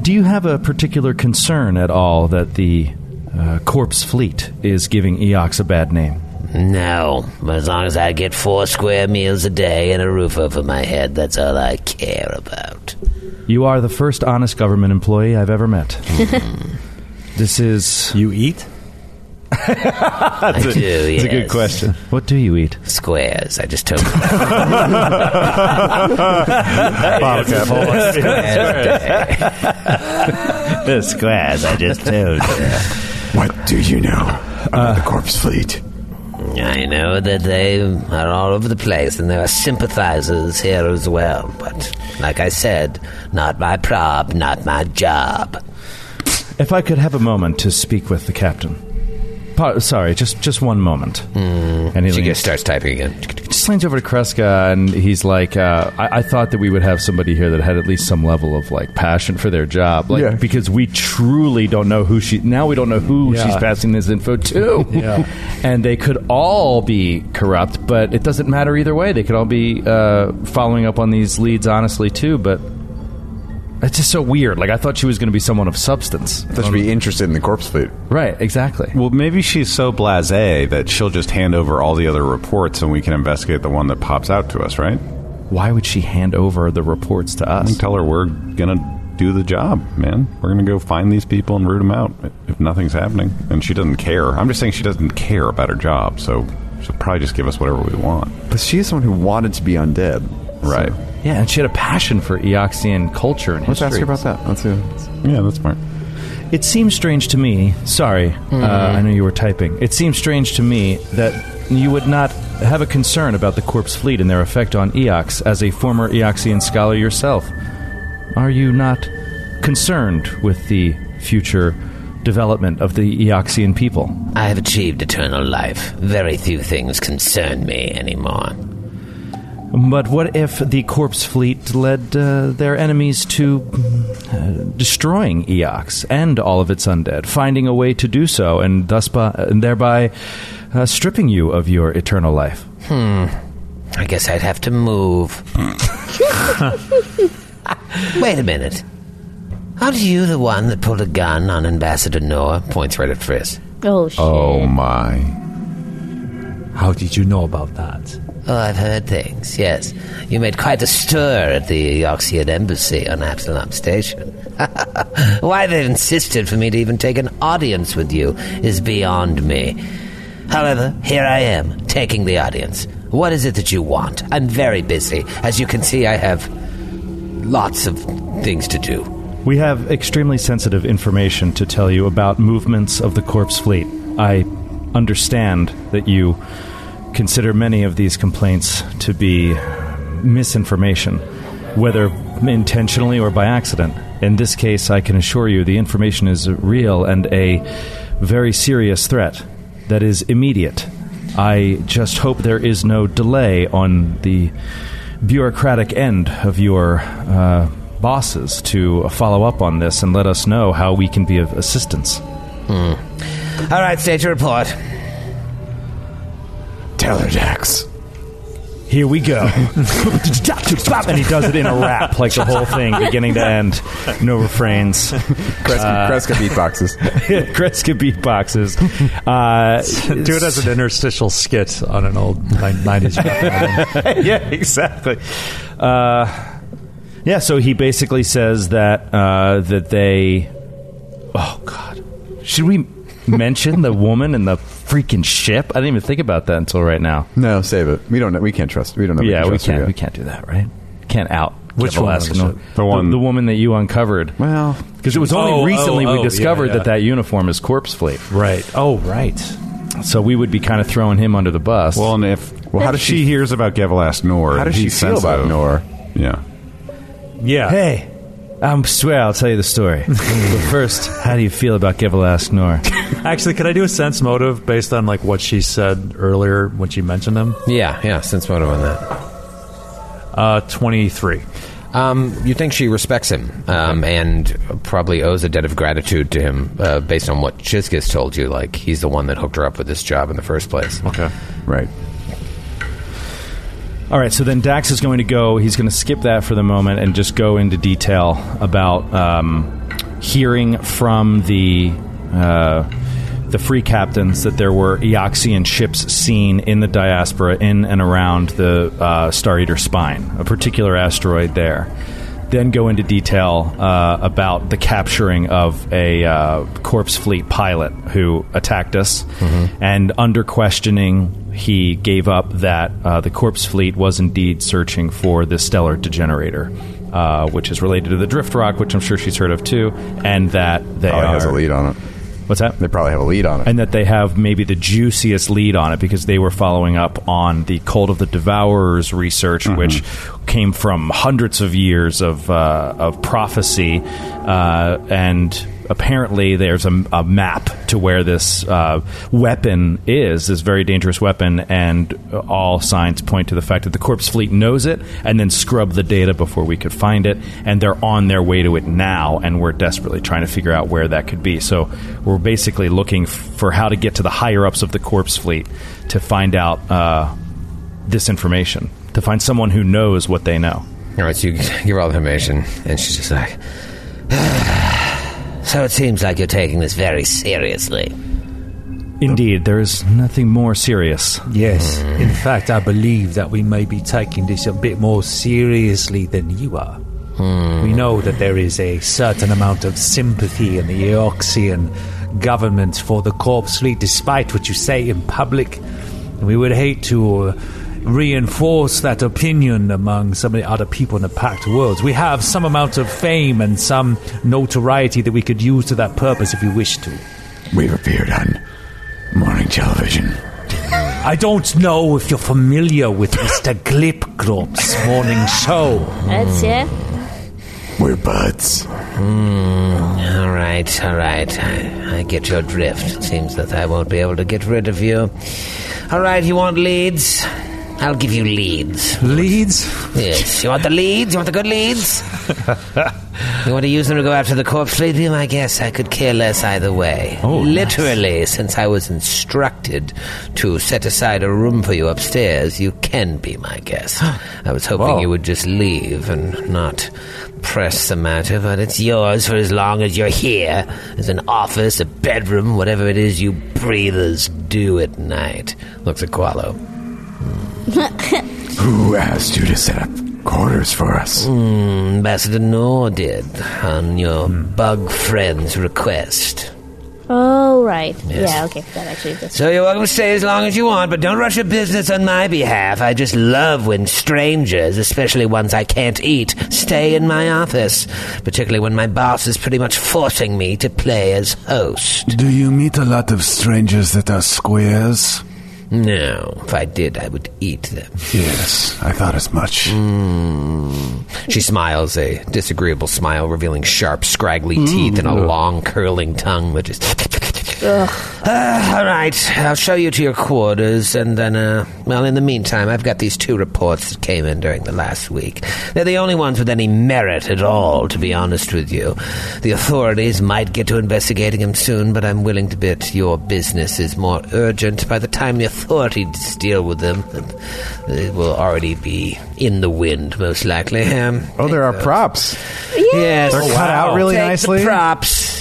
[SPEAKER 10] Do you have a particular concern at all that the uh, corpse fleet is giving Eox a bad name?
[SPEAKER 4] No, but as long as I get four square meals a day and a roof over my head, that's all I care about.
[SPEAKER 10] You are the first honest government employee I've ever met. this is.
[SPEAKER 7] You eat?
[SPEAKER 4] Mm-hmm. I do, yes.
[SPEAKER 10] What do you eat?
[SPEAKER 4] Squares. I just told you.
[SPEAKER 10] Bottle cap.
[SPEAKER 4] the squares I just told you.
[SPEAKER 5] What do you know about the
[SPEAKER 4] Uh,
[SPEAKER 5] corpse fleet?
[SPEAKER 4] I know that they are all over the place and there are sympathizers here as well, but like I said, not my prob, not my job.
[SPEAKER 10] If I could have a moment to speak with the captain. Pa- sorry, just just one moment.
[SPEAKER 4] Hmm.
[SPEAKER 10] And he
[SPEAKER 3] She
[SPEAKER 10] leans-
[SPEAKER 3] just starts typing again.
[SPEAKER 10] just leans over to Kreska and he's like, uh, I-, I thought that we would have somebody here that had at least some level of like passion for their job, like
[SPEAKER 9] Yeah.
[SPEAKER 10] because we truly don't know who she. Now we don't know who
[SPEAKER 9] Yeah.
[SPEAKER 10] she's passing this info to,
[SPEAKER 9] Yeah.
[SPEAKER 10] and they could all be corrupt, but it doesn't matter either way. They could all be uh, following up on these leads honestly too, but. It's just so weird. Like I thought she was going to be someone of substance.
[SPEAKER 9] That should be interested in the corpse fleet.
[SPEAKER 10] Right, exactly.
[SPEAKER 9] Well, maybe she's so blasé that she'll just hand over all the other reports and we can investigate the one that pops out to us, right?
[SPEAKER 10] Why would she hand over the reports to us?
[SPEAKER 9] Tell her we're going to do the job, man. We're going to go find these people and root them out if nothing's happening. And she doesn't care. I'm just saying she doesn't care about her job, so she'll probably just give us whatever we want. But she is someone who wanted to be undead. Right.
[SPEAKER 10] Yeah, and she had a passion for E Eoxian culture and
[SPEAKER 9] Let's ask
[SPEAKER 10] history.
[SPEAKER 9] her about that. Let's Yeah, that's smart.
[SPEAKER 10] It seems strange to me. Sorry, uh,
[SPEAKER 9] Mhm.
[SPEAKER 10] I know you were typing. It seems strange to me that you would not have a concern about the corpse fleet and their effect on Eox as a former Eoxian scholar yourself. Are you not concerned with the future development of the Eoxian people?
[SPEAKER 4] I have achieved eternal life. Very few things concern me anymore.
[SPEAKER 10] But what if the corpse fleet led uh, their enemies to uh, destroying Eox and all of its undead, finding a way to do so, and thus by, and thereby uh, stripping you of your eternal life?
[SPEAKER 4] Hmm. I guess I'd have to move. Wait a minute. Aren't you the one that pulled a gun on Ambassador Noah? Points right at Frisk.
[SPEAKER 8] Oh, shit.
[SPEAKER 9] Oh my.
[SPEAKER 7] How did you know about that?
[SPEAKER 4] Oh, I've heard things, yes. You made quite a stir at the Oxian embassy on Absalom Station. Why they insisted for me to even take an audience with you is beyond me. However, here I am, taking the audience. What is it that you want? I'm very busy. As you can see, I have lots of things to do.
[SPEAKER 10] We have extremely sensitive information to tell you about movements of the corpse fleet. I understand that you consider many of these complaints to be misinformation, whether intentionally or by accident. In this case, I can assure you the information is real and a very serious threat that is immediate. I just hope there is no delay on the bureaucratic end of your uh, bosses to follow up on this and let us know how we can be of assistance.
[SPEAKER 4] All right, state your report.
[SPEAKER 10] Teledax. Here we go. and he does it in a rap, like the whole thing, beginning to end. No refrains.
[SPEAKER 2] Kreska- Kreska
[SPEAKER 10] beatboxes. Kreska beatboxes. Uh,
[SPEAKER 7] Do it as an interstitial skit on an old nin- 90s rock album.
[SPEAKER 10] yeah, exactly. Uh, yeah, so he basically says that uh, that they. Oh God, should we mention the woman and the freaking ship? I didn't even think about that until right now.
[SPEAKER 9] No, save it. We don't. know. We can't trust. We don't know. if
[SPEAKER 10] yeah,
[SPEAKER 9] can
[SPEAKER 10] we
[SPEAKER 9] trust her
[SPEAKER 10] can't.
[SPEAKER 9] yet.
[SPEAKER 10] We can't do that, right? Can't out.
[SPEAKER 9] Which
[SPEAKER 10] Kevin
[SPEAKER 9] one?
[SPEAKER 10] Lasko.
[SPEAKER 9] The
[SPEAKER 10] The
[SPEAKER 9] one-
[SPEAKER 10] one, the woman that you uncovered. Well, because it was only
[SPEAKER 7] Oh,
[SPEAKER 10] recently
[SPEAKER 7] oh, oh,
[SPEAKER 10] we
[SPEAKER 7] yeah,
[SPEAKER 10] discovered
[SPEAKER 7] yeah.
[SPEAKER 10] that that uniform is corpse fleet.
[SPEAKER 7] Right. Oh, right.
[SPEAKER 10] So we would be kind of throwing him under the bus.
[SPEAKER 9] Well, and if well, how does she, hears about Gevelast Nor?
[SPEAKER 10] How does
[SPEAKER 9] he's
[SPEAKER 10] she feel about
[SPEAKER 9] sensitive.
[SPEAKER 10] Nor?
[SPEAKER 9] Yeah,
[SPEAKER 7] Yeah.
[SPEAKER 10] Hey, I swear I'll tell you the story. but first, how do you feel about Gevelask Nor?
[SPEAKER 7] Actually, could I do a sense motive based on like what she said earlier when she mentioned him?
[SPEAKER 3] Yeah, yeah, sense motive on that.
[SPEAKER 7] Uh, 23.
[SPEAKER 3] Um, you think she respects him um, and probably owes a debt of gratitude to him uh, based on what Chizkis told you. Like, he's the one that hooked her up with this job in the first place.
[SPEAKER 9] Okay. Right.
[SPEAKER 10] All right, so then Dax is going to go. He's going to skip that for the moment and just go into detail about um, hearing from the uh, the free captains that there were Eoxian ships seen in the diaspora in and around the uh, Star Eater Spine, a particular asteroid there. Then go into detail uh, about the capturing of a uh, corpse fleet pilot who attacked us.
[SPEAKER 9] Mm-hmm.
[SPEAKER 10] And under questioning, he gave up that uh, the corpse fleet was indeed searching for the stellar degenerator, uh, which is related to the drift rock, which I'm sure she's heard of too, and that they
[SPEAKER 9] Probably
[SPEAKER 10] are,
[SPEAKER 9] has a lead on it.
[SPEAKER 10] What's that?
[SPEAKER 9] They probably have a lead on it.
[SPEAKER 10] and that they have maybe the juiciest lead on it because they were following up on the Cult of the Devourers research,
[SPEAKER 9] Mm-hmm.
[SPEAKER 10] which came from hundreds of years of uh, of prophecy, uh, and apparently there's a, a map to where this uh, weapon is, this very dangerous weapon, and all signs point to the fact that the Corpse Fleet knows it and then scrubbed the data before we could find it, and they're on their way to it now, and we're desperately trying to figure out where that could be. So we're basically looking f- for how to get to the higher ups of the Corpse Fleet to find out uh, this information, to find someone who knows what they know.
[SPEAKER 3] All right, so you give her all the information, and she's just like,
[SPEAKER 4] So it seems like you're taking this very seriously.
[SPEAKER 10] Indeed, there is nothing more serious.
[SPEAKER 12] Yes. In fact, I believe that we may be taking this a bit more seriously than you are. We know that there is a certain amount of sympathy in the Eoxian government for the Corpse Fleet, despite what you say in public. And we would hate to uh, reinforce that opinion among some of the other people in the Pact Worlds. We have some amount of fame and some notoriety that we could use to that purpose if we wish to.
[SPEAKER 5] We've appeared on morning television.
[SPEAKER 12] I don't know if you're familiar with Mr. Glipgrop's morning show.
[SPEAKER 8] That's yeah.
[SPEAKER 5] We're buds.
[SPEAKER 4] Hmm. All right, all right. I, I get your drift. It seems that I won't be able to get rid of you. All right, you want leads? I'll give you leads.
[SPEAKER 12] Leads?
[SPEAKER 4] Yes. You want the leads? You want the good leads? you want to use them to go after the corpse lady? I guess I could care less either way. Oh, Literally, since I was instructed to set aside a room for you upstairs, you can be my guest. I was hoping
[SPEAKER 13] Whoa.
[SPEAKER 4] you would just leave and not press the matter, but it's yours for as long as you're here. There's an office, a bedroom, whatever it is you breathers do at night. Looks at Qualo.
[SPEAKER 5] Who asked you to set up quarters for us?
[SPEAKER 4] Mm, Ambassador Nor did, on your bug friend's request.
[SPEAKER 8] Oh, right.
[SPEAKER 4] Yes.
[SPEAKER 8] Yeah, okay. That actually does.
[SPEAKER 4] So you're welcome to stay as long as you want, but don't rush your business on my behalf. I just love when strangers, especially ones I can't eat, stay in my office, particularly when my boss is pretty much forcing me to play as host.
[SPEAKER 11] Do you meet a lot of strangers that are squares?
[SPEAKER 4] No, if I did, I would eat them.
[SPEAKER 11] Yes, I thought as much.
[SPEAKER 3] Mm. She smiles a disagreeable smile, revealing sharp, scraggly
[SPEAKER 5] Mm.
[SPEAKER 3] teeth and a long, curling tongue that just.
[SPEAKER 4] Uh, all right, I'll show you to your quarters, and then, uh, well, in the meantime, I've got these two reports that came in during the last week. They're the only ones with any merit at all, to be honest with you. The authorities might get to investigating him soon, but I'm willing to bet your business is more urgent. By the time the authorities deal with them, it will already be in the wind, most likely. Um,
[SPEAKER 2] Oh, there are props.
[SPEAKER 4] Yes,
[SPEAKER 2] They're cut out really
[SPEAKER 4] Take the
[SPEAKER 2] nicely.
[SPEAKER 4] props.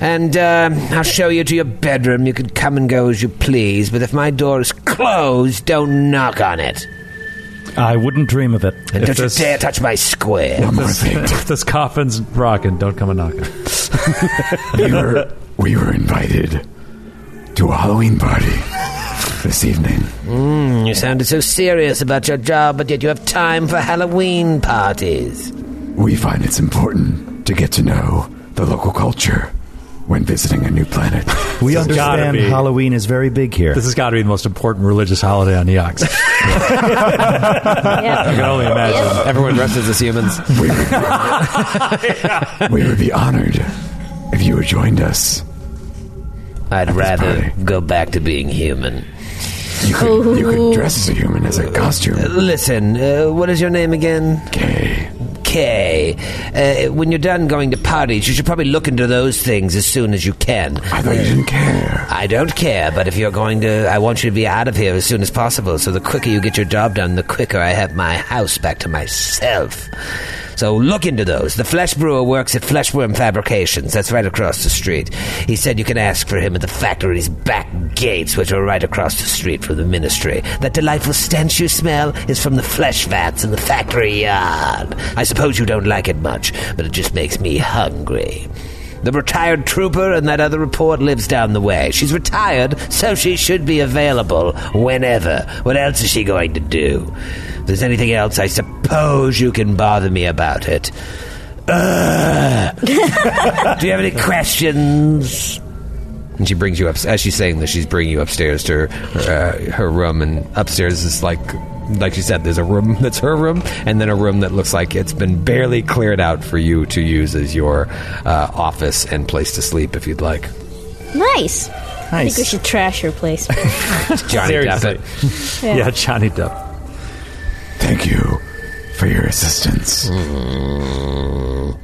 [SPEAKER 4] And um, I'll show you to your bedroom. You can come and go as you please, but if my door is closed, don't knock on it.
[SPEAKER 10] I wouldn't dream of it.
[SPEAKER 4] And don't you dare touch my square.
[SPEAKER 7] if this coffin's rocking, don't come and knock it.
[SPEAKER 5] We were, we were invited to a Halloween party this evening.
[SPEAKER 4] Mm, you sounded so serious about your job, but yet you have time for Halloween parties.
[SPEAKER 5] We find it's important to get to know the local culture when visiting a new planet.
[SPEAKER 10] We
[SPEAKER 7] This has gotta
[SPEAKER 10] understand
[SPEAKER 7] be-
[SPEAKER 10] Halloween is very big here.
[SPEAKER 7] This has got to be the most important religious holiday on the Ox. I can only imagine.
[SPEAKER 3] Everyone dresses as humans.
[SPEAKER 5] we would be honored if you had joined us.
[SPEAKER 4] I'd rather go back to being human.
[SPEAKER 5] You could, you
[SPEAKER 3] Oh.
[SPEAKER 5] could dress as a human as a costume.
[SPEAKER 4] Uh, Listen, uh, what is your name again? Kay. Kay. Uh, when you're done going to parties, you should probably look into those things as soon as you can. I thought you didn't care. I don't care, but if you're going to, I want you to be out of here as soon as possible. So the quicker you get your job done, the quicker I have my house back to myself. So look into those. The flesh brewer works at Fleshworm Fabrications. That's right across the street. He said you can ask for him at the factory's back gates, which are right across the street from the ministry. That delightful stench you smell is from the flesh vats in the factory yard. I suppose you don't like it much, but it just makes me hungry. The retired trooper and that other report lives down the way. She's retired, so she should be available whenever. What else is she going to do? If there's anything else, I suppose you can bother me about it. Ugh. do you have any questions?
[SPEAKER 3] And she brings you up as she's saying this. She's bringing you upstairs to her, uh, her room, and upstairs is like, like she said, there's a room that's her room, and then a room that looks like it's been barely cleared out for you to use as your uh, office and place to sleep if you'd like.
[SPEAKER 8] Nice. I think
[SPEAKER 3] Nice.
[SPEAKER 8] we should trash your place. Uh,
[SPEAKER 3] Johnny Depp
[SPEAKER 7] Seriously.
[SPEAKER 3] it.
[SPEAKER 8] Yeah.
[SPEAKER 7] Yeah, Johnny Depp.
[SPEAKER 5] Thank you for your assistance.
[SPEAKER 3] Mm.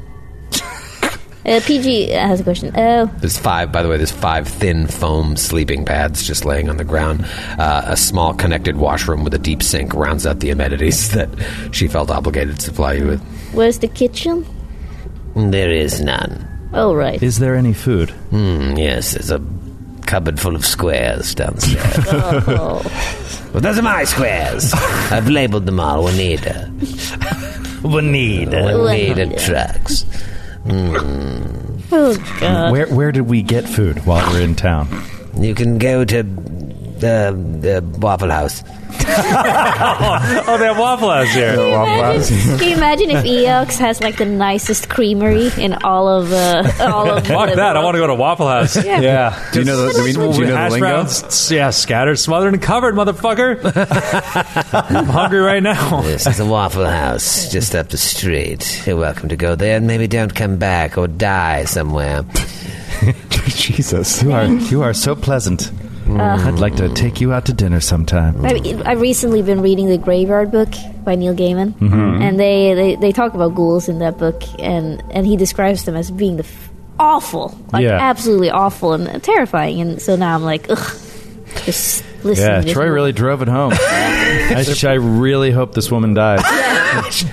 [SPEAKER 8] Uh, PG has a question. Oh,
[SPEAKER 3] There's five, by the way, there's five thin foam sleeping pads just laying on the ground. Uh, a small connected washroom with a deep sink rounds out the amenities that she felt obligated to supply you with.
[SPEAKER 8] where's the kitchen?
[SPEAKER 4] There is none.
[SPEAKER 8] Oh, right.
[SPEAKER 10] Is there any food?
[SPEAKER 4] Hmm, yes, there's a cupboard full of squares downstairs.
[SPEAKER 8] Oh.
[SPEAKER 4] Well, those are my squares. I've labeled them all. Juanita. Juanita. Juanita trucks. Mm.
[SPEAKER 8] Oh, God.
[SPEAKER 10] Where where did we get food while we're in town?
[SPEAKER 4] You can go to the uh, Waffle House.
[SPEAKER 7] Oh, they have Waffle House here.
[SPEAKER 8] Can you imagine if Eox has like the nicest creamery in all of uh, all of
[SPEAKER 7] Fuck
[SPEAKER 8] the-
[SPEAKER 7] that. I want to go to Waffle House.
[SPEAKER 8] Yeah.
[SPEAKER 10] Yeah.
[SPEAKER 7] Do you know
[SPEAKER 10] the- do we- do you know the lingo?
[SPEAKER 7] yeah, scattered, smothered, and covered, motherfucker. I'm hungry right now.
[SPEAKER 4] This is the Waffle House just up the street. You're welcome to go there and maybe don't come back or die somewhere.
[SPEAKER 10] Jesus, you are you are so pleasant.
[SPEAKER 3] Mm.
[SPEAKER 8] Ugh.
[SPEAKER 10] I'd like to take you out to dinner sometime.
[SPEAKER 8] I, I've recently been reading the Graveyard Book by Neil Gaiman,
[SPEAKER 10] Mhm.
[SPEAKER 8] and they, they they talk about ghouls in that book, and and he describes them as being the f- awful, like
[SPEAKER 10] Yeah.
[SPEAKER 8] absolutely awful and terrifying. And so now I'm like, ugh, just listen.
[SPEAKER 10] yeah,
[SPEAKER 8] to this
[SPEAKER 10] Troy
[SPEAKER 8] book.
[SPEAKER 10] really drove it home. I, sh- I really hope this woman dies.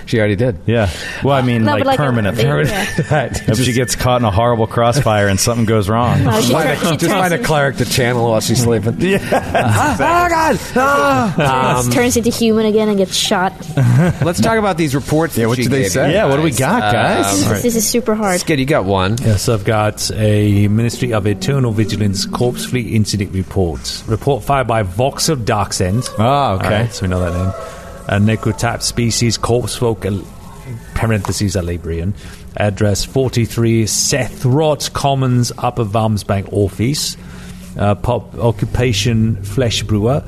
[SPEAKER 3] she already did.
[SPEAKER 10] Yeah. Well, I mean,
[SPEAKER 8] No,
[SPEAKER 10] like,
[SPEAKER 8] but like a-
[SPEAKER 10] permanently.
[SPEAKER 8] yeah.
[SPEAKER 10] if she gets caught in a horrible crossfire and something goes wrong.
[SPEAKER 8] No, she Find a- tur- she just find a turns-
[SPEAKER 3] cleric to channel while she's sleeping.
[SPEAKER 8] God! turns,
[SPEAKER 3] Um,
[SPEAKER 8] turns into human again and gets shot.
[SPEAKER 3] Let's talk about these reports. Yeah,
[SPEAKER 7] what did they say? Yeah, what do we got, guys?
[SPEAKER 8] This, this is super hard.
[SPEAKER 3] Um, Skid, you got one.
[SPEAKER 12] Yes, I've got a Ministry of Eternal Vigilance Corpse Fleet Incident Report. Report fired by Vox of Darksend.
[SPEAKER 3] Oh,
[SPEAKER 10] Ah,
[SPEAKER 12] okay. so we know that name. A necrotype species, corpse folk, al- parentheses, Alabrian. Address 43 Seth Rot Commons, Upper Valmsbank, Orpheus. Uh, pop, occupation, flesh brewer.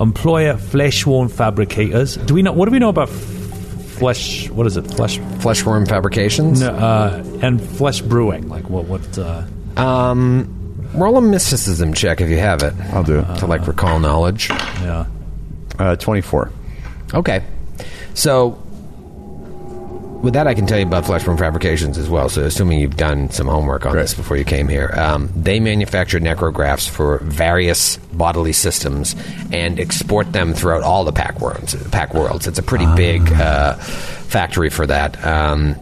[SPEAKER 12] Employer, fleshworn fabricators. Do we know, what do we know about flesh, what is it? Flesh?
[SPEAKER 3] Fleshworm fabrications?
[SPEAKER 12] No, uh, and flesh brewing. Like what, what, uh,
[SPEAKER 3] Um, roll a mysticism check if you have it. I'll do it. To like recall knowledge. Yeah.
[SPEAKER 9] Uh, 24.
[SPEAKER 3] Okay. So. With that, I can tell you about Fleshworm Fabrications as well. So, assuming you've done some homework on this before you came here, um, they manufacture necrographs for various bodily systems and export them throughout all the pack worlds. Pack worlds. It's a pretty big uh, factory for that. Um,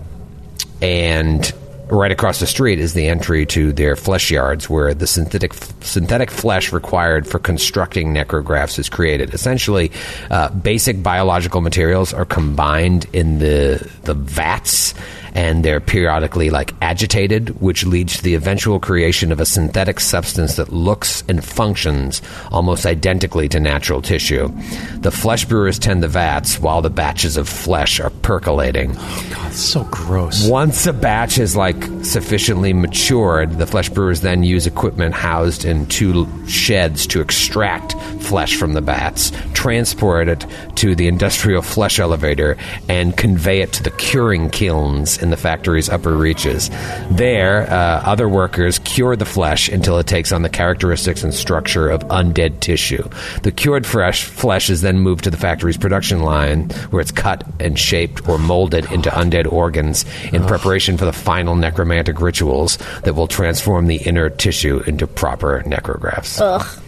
[SPEAKER 3] and right across the street is the entry to their flesh yards where the synthetic synthetic flesh required for constructing necrographs is created essentially uh, basic biological materials are combined in the the vats and they're periodically like agitated which leads to the eventual creation of a synthetic substance that looks and functions almost identically to natural tissue the flesh brewers tend the vats while the batches of flesh are percolating
[SPEAKER 12] Oh, God, so gross.
[SPEAKER 3] once a batch is like sufficiently matured, the flesh brewers then use equipment housed in two l- sheds to extract flesh from the bats, transport it to the industrial flesh elevator, and convey it to the curing kilns in the factory's upper reaches. There, uh, other workers cure the flesh until it takes on the characteristics and structure of undead tissue. The cured fresh flesh is then moved to the factory's production line, where it's cut and shaped or molded into undead organs in preparation for the final necromantic rituals that will transform the inner tissue into proper necrographs.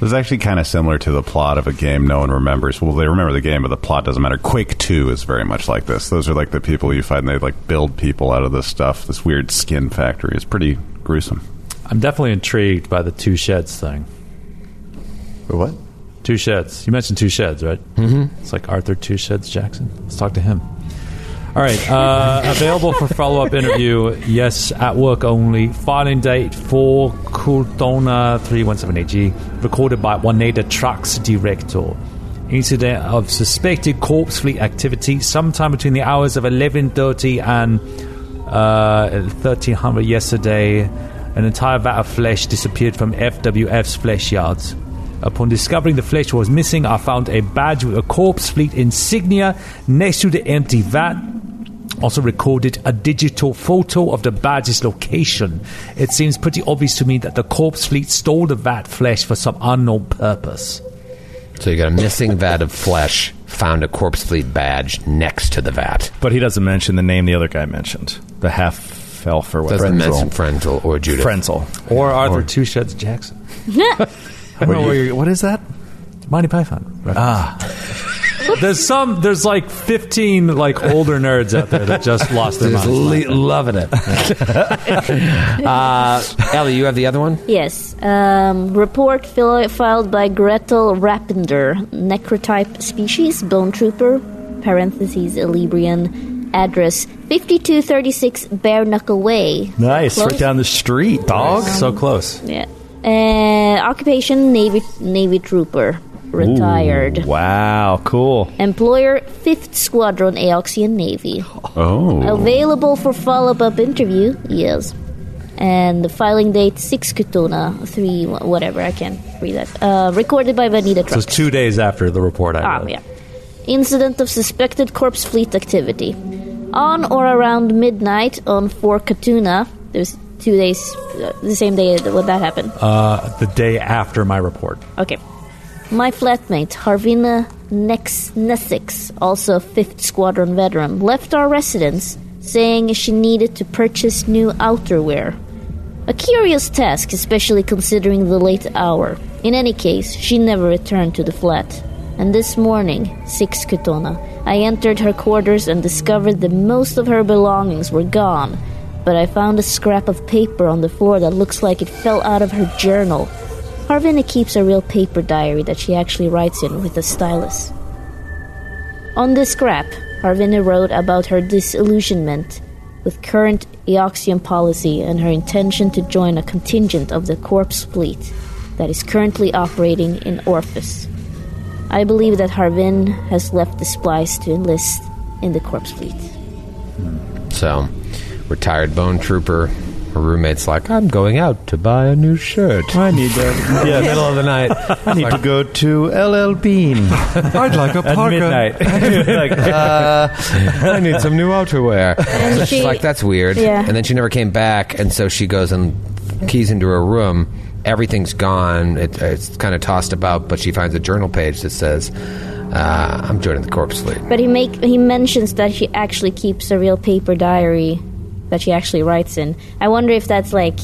[SPEAKER 9] This is actually kind of similar to the plot of a game no one remembers. Well, they remember the game, but the plot doesn't matter. Quake 2 is very much like this. Those are like the people you find, they like build people out of this stuff. This weird skin factory is pretty gruesome.
[SPEAKER 12] I'm definitely intrigued by the two sheds thing.
[SPEAKER 9] What?
[SPEAKER 12] Two sheds. You mentioned two sheds, right? Mm-hmm. It's like Arthur Two Sheds Jackson. Let's talk to him. All right. Uh, available for follow up interview. Yes, at work only. Filing date for Cortona 3178G. Recorded by Juanita Trucks Director. Incident of suspected corpse fleet activity sometime between the hours of 11.30 and uh, 1300 yesterday. An entire vat of flesh disappeared from FWF's flesh yards. Upon discovering the flesh was missing, I found a badge with a corpse fleet insignia next to the empty vat also recorded a digital photo of the badge's location. It seems pretty obvious to me that the corpse fleet stole the vat flesh for some unknown purpose.
[SPEAKER 3] So you got a missing vat of flesh, found a corpse fleet badge next to the vat.
[SPEAKER 10] But he doesn't mention the name the other guy mentioned. The half elf or whatever.
[SPEAKER 3] Doesn't mention Frenzel or Judith.
[SPEAKER 10] Frenzel.
[SPEAKER 12] Or Arthur Two Sheds Jackson.
[SPEAKER 10] I don't know where you're, what is that?
[SPEAKER 12] Monty Python. Ah. there's some there's like 15 like older nerds out there that just lost their
[SPEAKER 3] Just
[SPEAKER 12] minds.
[SPEAKER 3] le- loving it. uh, Ellie, you have the other one?
[SPEAKER 8] Yes. Um, report fil- filed by Gretel Rappender, necrotype species, bone trooper, parentheses, Elibrian, address 5236 Bare Knuckle Way.
[SPEAKER 10] Nice.
[SPEAKER 8] Close?
[SPEAKER 10] Right down the street, dog.
[SPEAKER 8] So
[SPEAKER 12] close.
[SPEAKER 8] Yeah. Uh, occupation, Navy, Navy trooper, retired.
[SPEAKER 10] wow, cool.
[SPEAKER 8] Employer, 5th Squadron Aoxian Navy.
[SPEAKER 9] Oh.
[SPEAKER 8] Available for follow up interview, yes. And the filing date 6 Kutuna, 3 wha- whatever, I can't read that. Uh, recorded by Vanita
[SPEAKER 12] So it's
[SPEAKER 8] Trucks.
[SPEAKER 12] two days after the report I
[SPEAKER 8] Ah,
[SPEAKER 12] read.
[SPEAKER 8] yeah. Incident of suspected corpse fleet activity. On or around midnight on 4 Katuna, there's two days, uh, the same day that when that happened.
[SPEAKER 12] Uh, the day after my report.
[SPEAKER 8] Okay. My flatmate, Harvina Nex Nessix, also 5th Squadron veteran, left our residence saying she needed to purchase new outerwear. A curious task, especially considering the late hour. In any case, she never returned to the flat. And this morning, 6 Katona, I entered her quarters and discovered that most of her belongings were gone. But I found a scrap of paper on the floor that looks like it fell out of her journal. Harvina keeps a real paper diary that she actually writes in with a stylus. On the scrap, Harvina wrote about her disillusionment with current Eoxian policy and her intention to join a contingent of the Corpse Fleet that is currently operating in Orphis. I believe that Harvin has left the Splice to enlist in the Corpse Fleet.
[SPEAKER 3] So, retired bone trooper. Her roommate's like, I'm going out to buy a new shirt. I need that. yeah, middle of the night. I need to
[SPEAKER 10] go to LL Bean.
[SPEAKER 3] I'd like a
[SPEAKER 10] At
[SPEAKER 3] parka.
[SPEAKER 10] midnight.
[SPEAKER 3] like, uh, I need some new outerwear.
[SPEAKER 8] And
[SPEAKER 3] So
[SPEAKER 8] she-
[SPEAKER 3] she's like, that's weird.
[SPEAKER 8] Yeah.
[SPEAKER 3] And then she never came back, and so she goes and keys into her room. Everything's gone. It, it's kind of tossed about, but she finds a journal page that says, uh, "I'm joining the corpse fleet."
[SPEAKER 8] But he make he mentions that she actually keeps a real paper diary that she actually writes in. I wonder if that's like,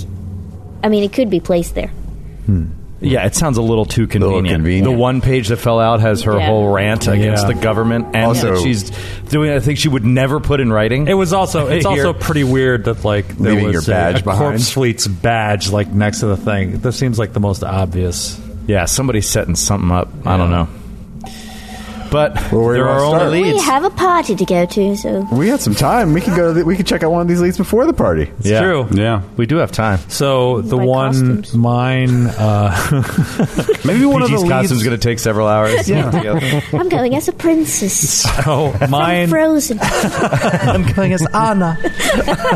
[SPEAKER 8] I mean, it could be placed there.
[SPEAKER 10] Yeah, it sounds a little too convenient. The one page that fell out has her
[SPEAKER 8] Yeah.
[SPEAKER 10] whole rant against the
[SPEAKER 7] Yeah.
[SPEAKER 10] government, and
[SPEAKER 7] Also-
[SPEAKER 10] that she's doing. I think she would never put in writing. It
[SPEAKER 7] was also it's also pretty weird that like there
[SPEAKER 10] Leaving
[SPEAKER 7] was
[SPEAKER 10] your badge
[SPEAKER 7] a, a
[SPEAKER 10] behind.
[SPEAKER 7] corpse fleet's badge like next to the thing. This seems like the most obvious.
[SPEAKER 10] Yeah, somebody's setting something up. I don't know. But there are only
[SPEAKER 8] We have a party to go to, so
[SPEAKER 2] We had some time. We could go. To the, we could check out one of these leads before the party.
[SPEAKER 7] It's true.
[SPEAKER 9] Yeah,
[SPEAKER 10] we do have time.
[SPEAKER 7] So the one mine, uh,
[SPEAKER 10] maybe
[SPEAKER 7] one
[SPEAKER 10] PG's costume's going to take several hours.
[SPEAKER 8] I'm going as a princess.
[SPEAKER 7] So
[SPEAKER 8] I'm
[SPEAKER 7] Oh, mine,
[SPEAKER 8] frozen. I'm
[SPEAKER 10] going as Anna.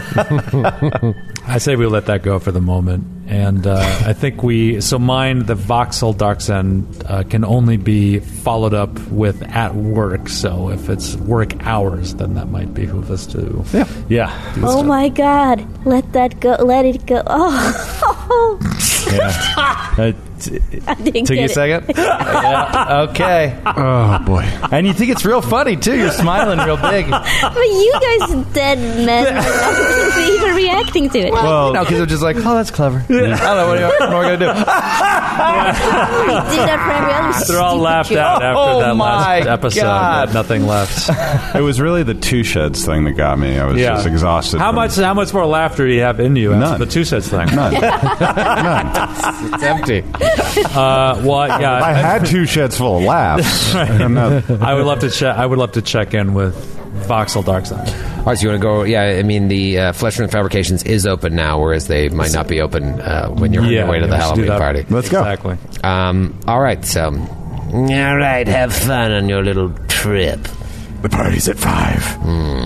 [SPEAKER 7] I say we let that go for the moment, and uh, I think we. So mine, the voxel darksen uh, can only be followed up with at work. So if it's work hours, then that might be who us to. Yeah,
[SPEAKER 10] yeah.
[SPEAKER 8] Oh my god! Let that go. Let it go. Oh,
[SPEAKER 10] Uh, t-
[SPEAKER 8] I didn't
[SPEAKER 10] took you a
[SPEAKER 8] get it.
[SPEAKER 10] second. Yeah, Okay. Oh boy. And you think it's real funny too. You're smiling real big.
[SPEAKER 8] but you guys are dead men. are even reacting to it.
[SPEAKER 10] Well, no, because I'm just like, oh, that's clever. I don't know what are you- what am I going to do.
[SPEAKER 8] I did that for every other
[SPEAKER 7] They're all
[SPEAKER 8] stupid
[SPEAKER 7] laughed
[SPEAKER 8] joke.
[SPEAKER 7] out after
[SPEAKER 10] Oh
[SPEAKER 7] that last
[SPEAKER 10] my
[SPEAKER 7] episode.
[SPEAKER 10] God.
[SPEAKER 7] Nothing left.
[SPEAKER 9] it was really the two sheds thing that got me. I was
[SPEAKER 7] Yeah.
[SPEAKER 9] just exhausted.
[SPEAKER 7] How
[SPEAKER 9] from-
[SPEAKER 7] much? How much more laughter do you have in you? after
[SPEAKER 9] None.
[SPEAKER 7] The two sets thing.
[SPEAKER 9] None.
[SPEAKER 3] It's empty.
[SPEAKER 7] Uh, well, yeah.
[SPEAKER 9] I had two sheds full of laughs. uh, I'm not-
[SPEAKER 7] I would love to check. Uh, I would love to check in with Voxel Darkson.
[SPEAKER 3] All right, so you want to go? Yeah, I mean the uh, Fleshman Fabrications is open now, whereas they might not be open uh, when you're on
[SPEAKER 7] Yeah,
[SPEAKER 3] your way to
[SPEAKER 7] yeah,
[SPEAKER 3] the
[SPEAKER 7] we should do
[SPEAKER 3] Halloween
[SPEAKER 7] that.
[SPEAKER 3] party.
[SPEAKER 7] Let's go. Exactly.
[SPEAKER 3] Um, all right, so
[SPEAKER 4] All right, have fun on your little trip. Hmm.
[SPEAKER 5] The party's at five,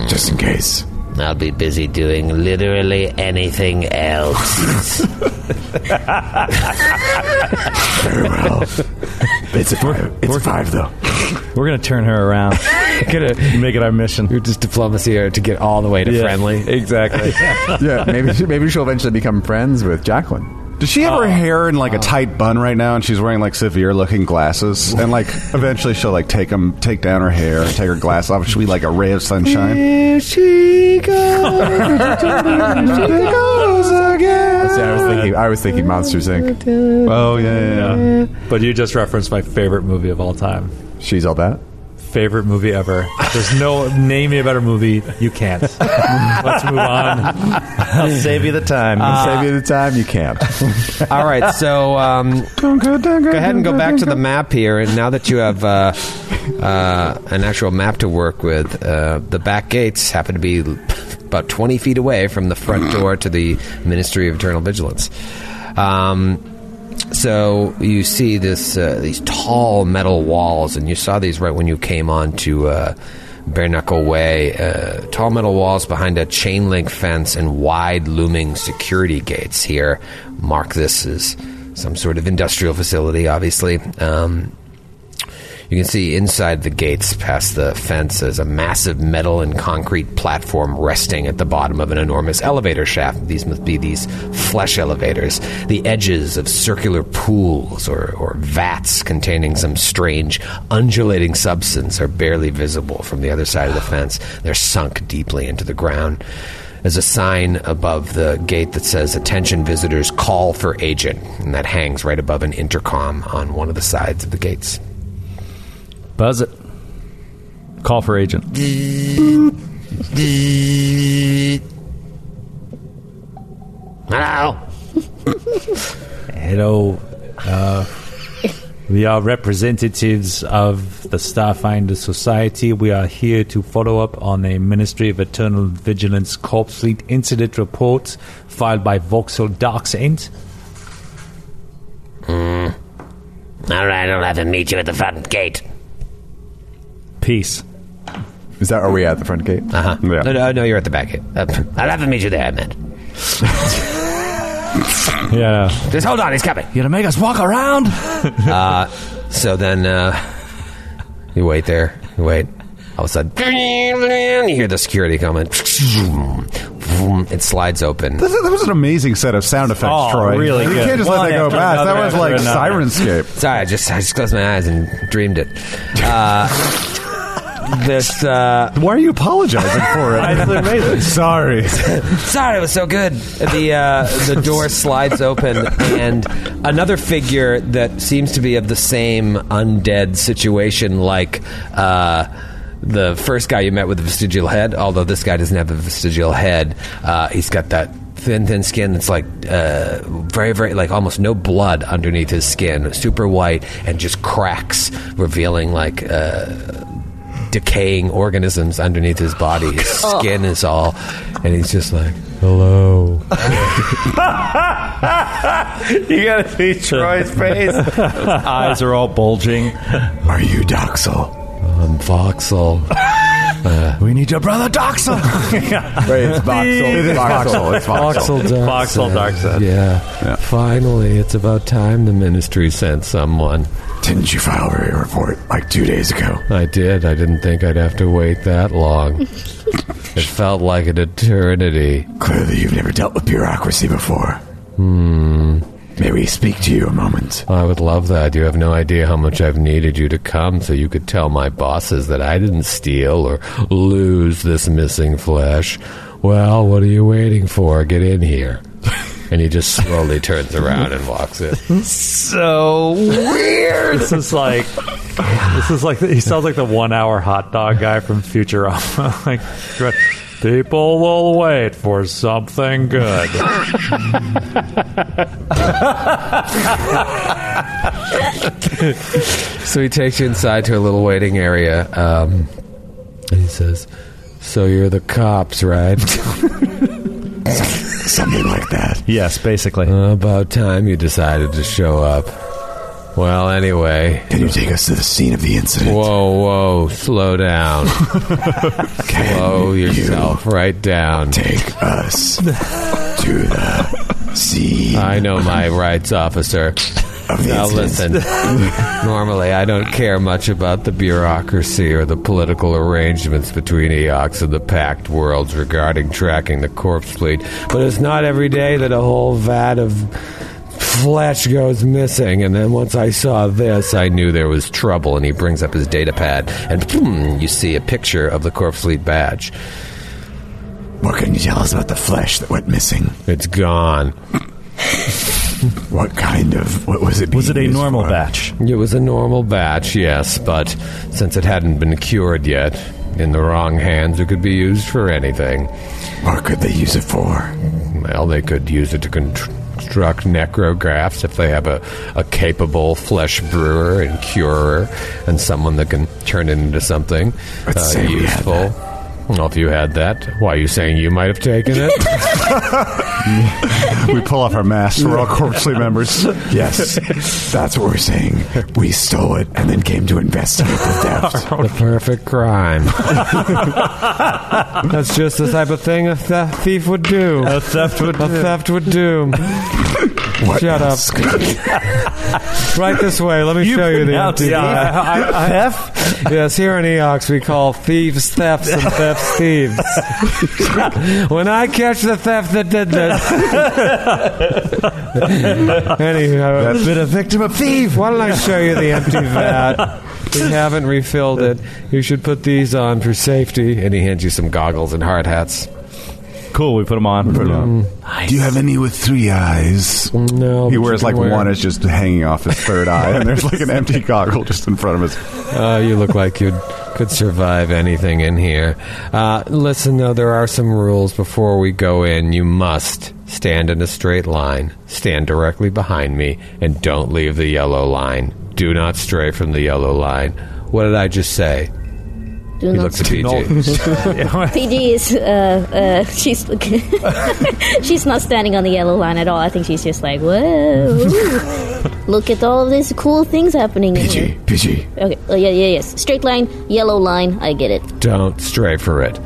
[SPEAKER 5] just in case.
[SPEAKER 4] I'll be busy doing literally anything else.
[SPEAKER 5] Very well. It's a five. It's a five, though.
[SPEAKER 10] We're going to turn her around. going to make it our mission.
[SPEAKER 3] You're just diplomacy or to get all the way
[SPEAKER 10] to
[SPEAKER 3] friendly.
[SPEAKER 10] Exactly.
[SPEAKER 2] yeah, maybe she, maybe she'll eventually become friends with Jacqueline.
[SPEAKER 9] Does she have
[SPEAKER 3] Oh.
[SPEAKER 9] her hair in like a tight bun right now, and she's wearing like severe-looking glasses? And like, eventually she'll like take them, take down her hair, take her glass off. She'll be like a ray of sunshine.
[SPEAKER 1] Here she goes.
[SPEAKER 2] See, I was thinking. I was thinking Monsters Inc.
[SPEAKER 9] Oh yeah,
[SPEAKER 7] yeah. But you just referenced my favorite movie of all time.
[SPEAKER 2] She's all that.
[SPEAKER 7] Favorite movie ever. There's no name me a better movie. You can't. Let's move on.
[SPEAKER 10] I'll save you the time.
[SPEAKER 2] I'll save you the time. You can't.
[SPEAKER 3] Uh, all right, so um, go ahead and go back to the map here, and now that you have uh, uh, an actual map to work with, uh, the back gates happen to be about twenty feet away from the front door to the Ministry of Eternal Vigilance. Um, so you see this uh, these tall metal walls, and you saw these right when you came on to uh, Bare Knuckle Way. Uh, tall metal walls behind a chain link fence and wide looming security gates here mark this as some sort of industrial facility, obviously. Um, You can see inside the gates, past the fence, is a massive metal and concrete platform resting at the bottom of an enormous elevator shaft. These must be these flesh elevators. The edges of circular pools or, or vats containing some strange undulating substance are barely visible from the other side of the fence. They're sunk deeply into the ground. There's a sign above the gate that says, Attention visitors, call for agent. And that hangs right above an intercom on one of the sides of the gates.
[SPEAKER 10] Buzz it. Call for agent.
[SPEAKER 4] Hello.
[SPEAKER 12] Hello. Uh, we are representatives of the Starfinder Society. We are here to follow up on a Ministry of Eternal Vigilance Corpse Fleet incident report filed by Vauxhall Dark Saint.
[SPEAKER 4] Hmm. All right, I'll have him meet you at the front gate.
[SPEAKER 10] Peace.
[SPEAKER 2] Is that are we at the front gate?
[SPEAKER 3] Uh huh.
[SPEAKER 2] Yeah.
[SPEAKER 3] No, no, no, you're at the back gate. Uh,
[SPEAKER 4] I'll have him meet you there, man.
[SPEAKER 10] Yeah.
[SPEAKER 4] Just hold on, he's coming.
[SPEAKER 10] You're gonna make us walk around.
[SPEAKER 3] uh, so then uh, you wait there. You wait. All of a sudden, you hear the security coming. It slides open.
[SPEAKER 9] This is- that was an amazing set of sound effects,
[SPEAKER 3] Oh,
[SPEAKER 9] Troy.
[SPEAKER 3] really
[SPEAKER 9] You
[SPEAKER 3] good.
[SPEAKER 9] can't just
[SPEAKER 3] One
[SPEAKER 9] let that go
[SPEAKER 3] after
[SPEAKER 9] past. That
[SPEAKER 3] another
[SPEAKER 9] was
[SPEAKER 3] after
[SPEAKER 9] like
[SPEAKER 3] another.
[SPEAKER 9] Sirenscape.
[SPEAKER 3] Sorry, I just I just closed my eyes and dreamed it. Uh, this. Uh,
[SPEAKER 9] Why are you apologizing for it? Sorry.
[SPEAKER 3] Sorry, it was so good. The uh, the door slides open, and another figure that seems to be of the same undead situation, like. Uh, the first guy you met with a vestigial head, although this guy doesn't have a vestigial head, uh, he's got that thin, thin skin that's like uh, very, very, like almost no blood underneath his skin, super white, and just cracks, revealing like uh, decaying organisms underneath his body. His skin is all, and he's just like, "Hello."
[SPEAKER 10] you gotta see Troy's face. Eyes are all bulging.
[SPEAKER 5] Are you Doxel?
[SPEAKER 3] I'm Voxel.
[SPEAKER 10] we need your brother Doxel.
[SPEAKER 2] Wait, it's Voxel. It is Voxel. It's Voxel.
[SPEAKER 3] Voxel Darkseid. Yeah. Finally, it's about time the ministry sent someone.
[SPEAKER 5] Didn't you file a report like two days ago?
[SPEAKER 3] I did. I didn't think I'd have to wait that long. it felt like an eternity.
[SPEAKER 5] Clearly, you've never dealt with bureaucracy before.
[SPEAKER 3] Hmm.
[SPEAKER 5] May we speak to you a moment?
[SPEAKER 3] I would love that. You have no idea how much I've needed you to come so you could tell my bosses that I didn't steal or lose this missing flesh. Well, what are you waiting for? Get in here. And he just slowly turns around and walks in.
[SPEAKER 7] so weird. this is like this is like he sounds like the one hour hot dog guy from Futurama. like people will wait for something good.
[SPEAKER 3] so he takes you inside to a little waiting area, um, and he says, "So you're the cops, right?"
[SPEAKER 5] Something like that.
[SPEAKER 10] Yes, basically.
[SPEAKER 3] about time you decided to show up. Well, anyway.
[SPEAKER 5] Can you take us to the scene of the incident?
[SPEAKER 3] Whoa, whoa, slow down. slow yourself right down.
[SPEAKER 5] Take us to the scene.
[SPEAKER 3] I know my rights, officer. Now listen. Normally, I don't care much about the bureaucracy or the political arrangements between Eox and the Pact worlds regarding tracking the corpse fleet, but it's not every day that a whole vat of flesh goes missing. And then once I saw this, I knew there was trouble. And he brings up his data pad, and boom, you see a picture of the corpse fleet badge.
[SPEAKER 5] What can you tell us about the flesh that went missing?
[SPEAKER 3] It's gone.
[SPEAKER 5] what kind of. What was it?
[SPEAKER 10] Was it
[SPEAKER 5] being
[SPEAKER 10] a
[SPEAKER 5] used
[SPEAKER 10] normal
[SPEAKER 5] for?
[SPEAKER 10] batch?
[SPEAKER 3] It was a normal batch, yes, but since it hadn't been cured yet, in the wrong hands, it could be used for anything.
[SPEAKER 5] What could they use it for?
[SPEAKER 3] Well, they could use it to construct necrographs if they have a, a capable flesh brewer and curer and someone that can turn it into something
[SPEAKER 5] Let's
[SPEAKER 3] uh,
[SPEAKER 5] say we had
[SPEAKER 3] useful. Well, if you had that, why are you saying you might have taken it?
[SPEAKER 5] we pull off our masks.
[SPEAKER 9] We're all corpsely
[SPEAKER 5] members. yes, that's what we're saying. We stole it and then came to investigate the theft.
[SPEAKER 3] the perfect crime. That's just the type of thing a th- thief would do. A theft would. A theft would do. Shut up. right this way. Let me show you the
[SPEAKER 7] pronounced
[SPEAKER 3] empty
[SPEAKER 7] it. Yeah, I- I- I-
[SPEAKER 3] theft. Yes, here in Eox we call thieves thefts and thefts thieves. when I catch the theft that did this, anyhow,
[SPEAKER 2] That's-
[SPEAKER 3] been a victim of thief. Why don't I show you the empty vat? We haven't refilled it. You should put these on for safety. And he hands you some goggles and hard hats.
[SPEAKER 10] Cool. We put them on.
[SPEAKER 9] Mm.
[SPEAKER 4] Mm.
[SPEAKER 11] Do you have any with three eyes?
[SPEAKER 3] No.
[SPEAKER 9] He wears like one is just hanging off his third eye, and there's like an empty goggle just in front of us.
[SPEAKER 3] Uh, you look like you could survive anything in here. Uh, listen, though, there are some rules before we go in. You must stand in a straight line, stand directly behind me, and don't leave the yellow line. Do not stray from the yellow line. What did I just say?
[SPEAKER 8] Do
[SPEAKER 3] he
[SPEAKER 8] not
[SPEAKER 3] looks at PG.
[SPEAKER 8] PG is uh, uh, she's she's not standing on the yellow line at all. I think she's just like, whoa, look at all of these cool things happening. PG, here.
[SPEAKER 5] PG.
[SPEAKER 8] Okay, oh, yeah, yeah, yes. Straight line, yellow line. I get it.
[SPEAKER 3] Don't stray for it.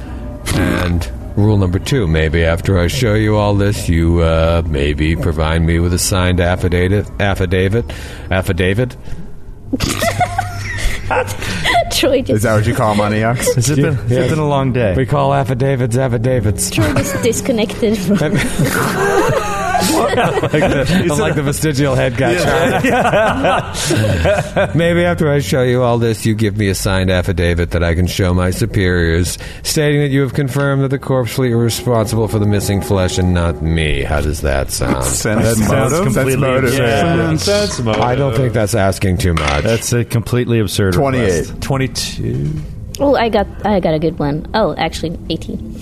[SPEAKER 3] And rule number two maybe after I show you all this, you uh, maybe provide me with a signed affidavit. Affidavit? Affidavit?
[SPEAKER 8] Troy just
[SPEAKER 3] what you call moniacs?
[SPEAKER 10] It's been, it's been a long day.
[SPEAKER 3] We call affidavits affidavits.
[SPEAKER 8] Troy just disconnected from.
[SPEAKER 3] I'm like the vestigial head guy. Maybe after I show you all this, you give me a signed affidavit that I can show my superiors, stating that you have confirmed that the corpse fleet were responsible for the missing flesh and not me. How does that sound?
[SPEAKER 9] Sense That sounds motive? completely That's motive. absurd. Yeah. Sense motive.
[SPEAKER 3] I don't think that's asking too much.
[SPEAKER 10] That's a completely absurd. request.
[SPEAKER 7] 22.
[SPEAKER 8] Oh, I got I got a good one. Oh, actually, eighteen.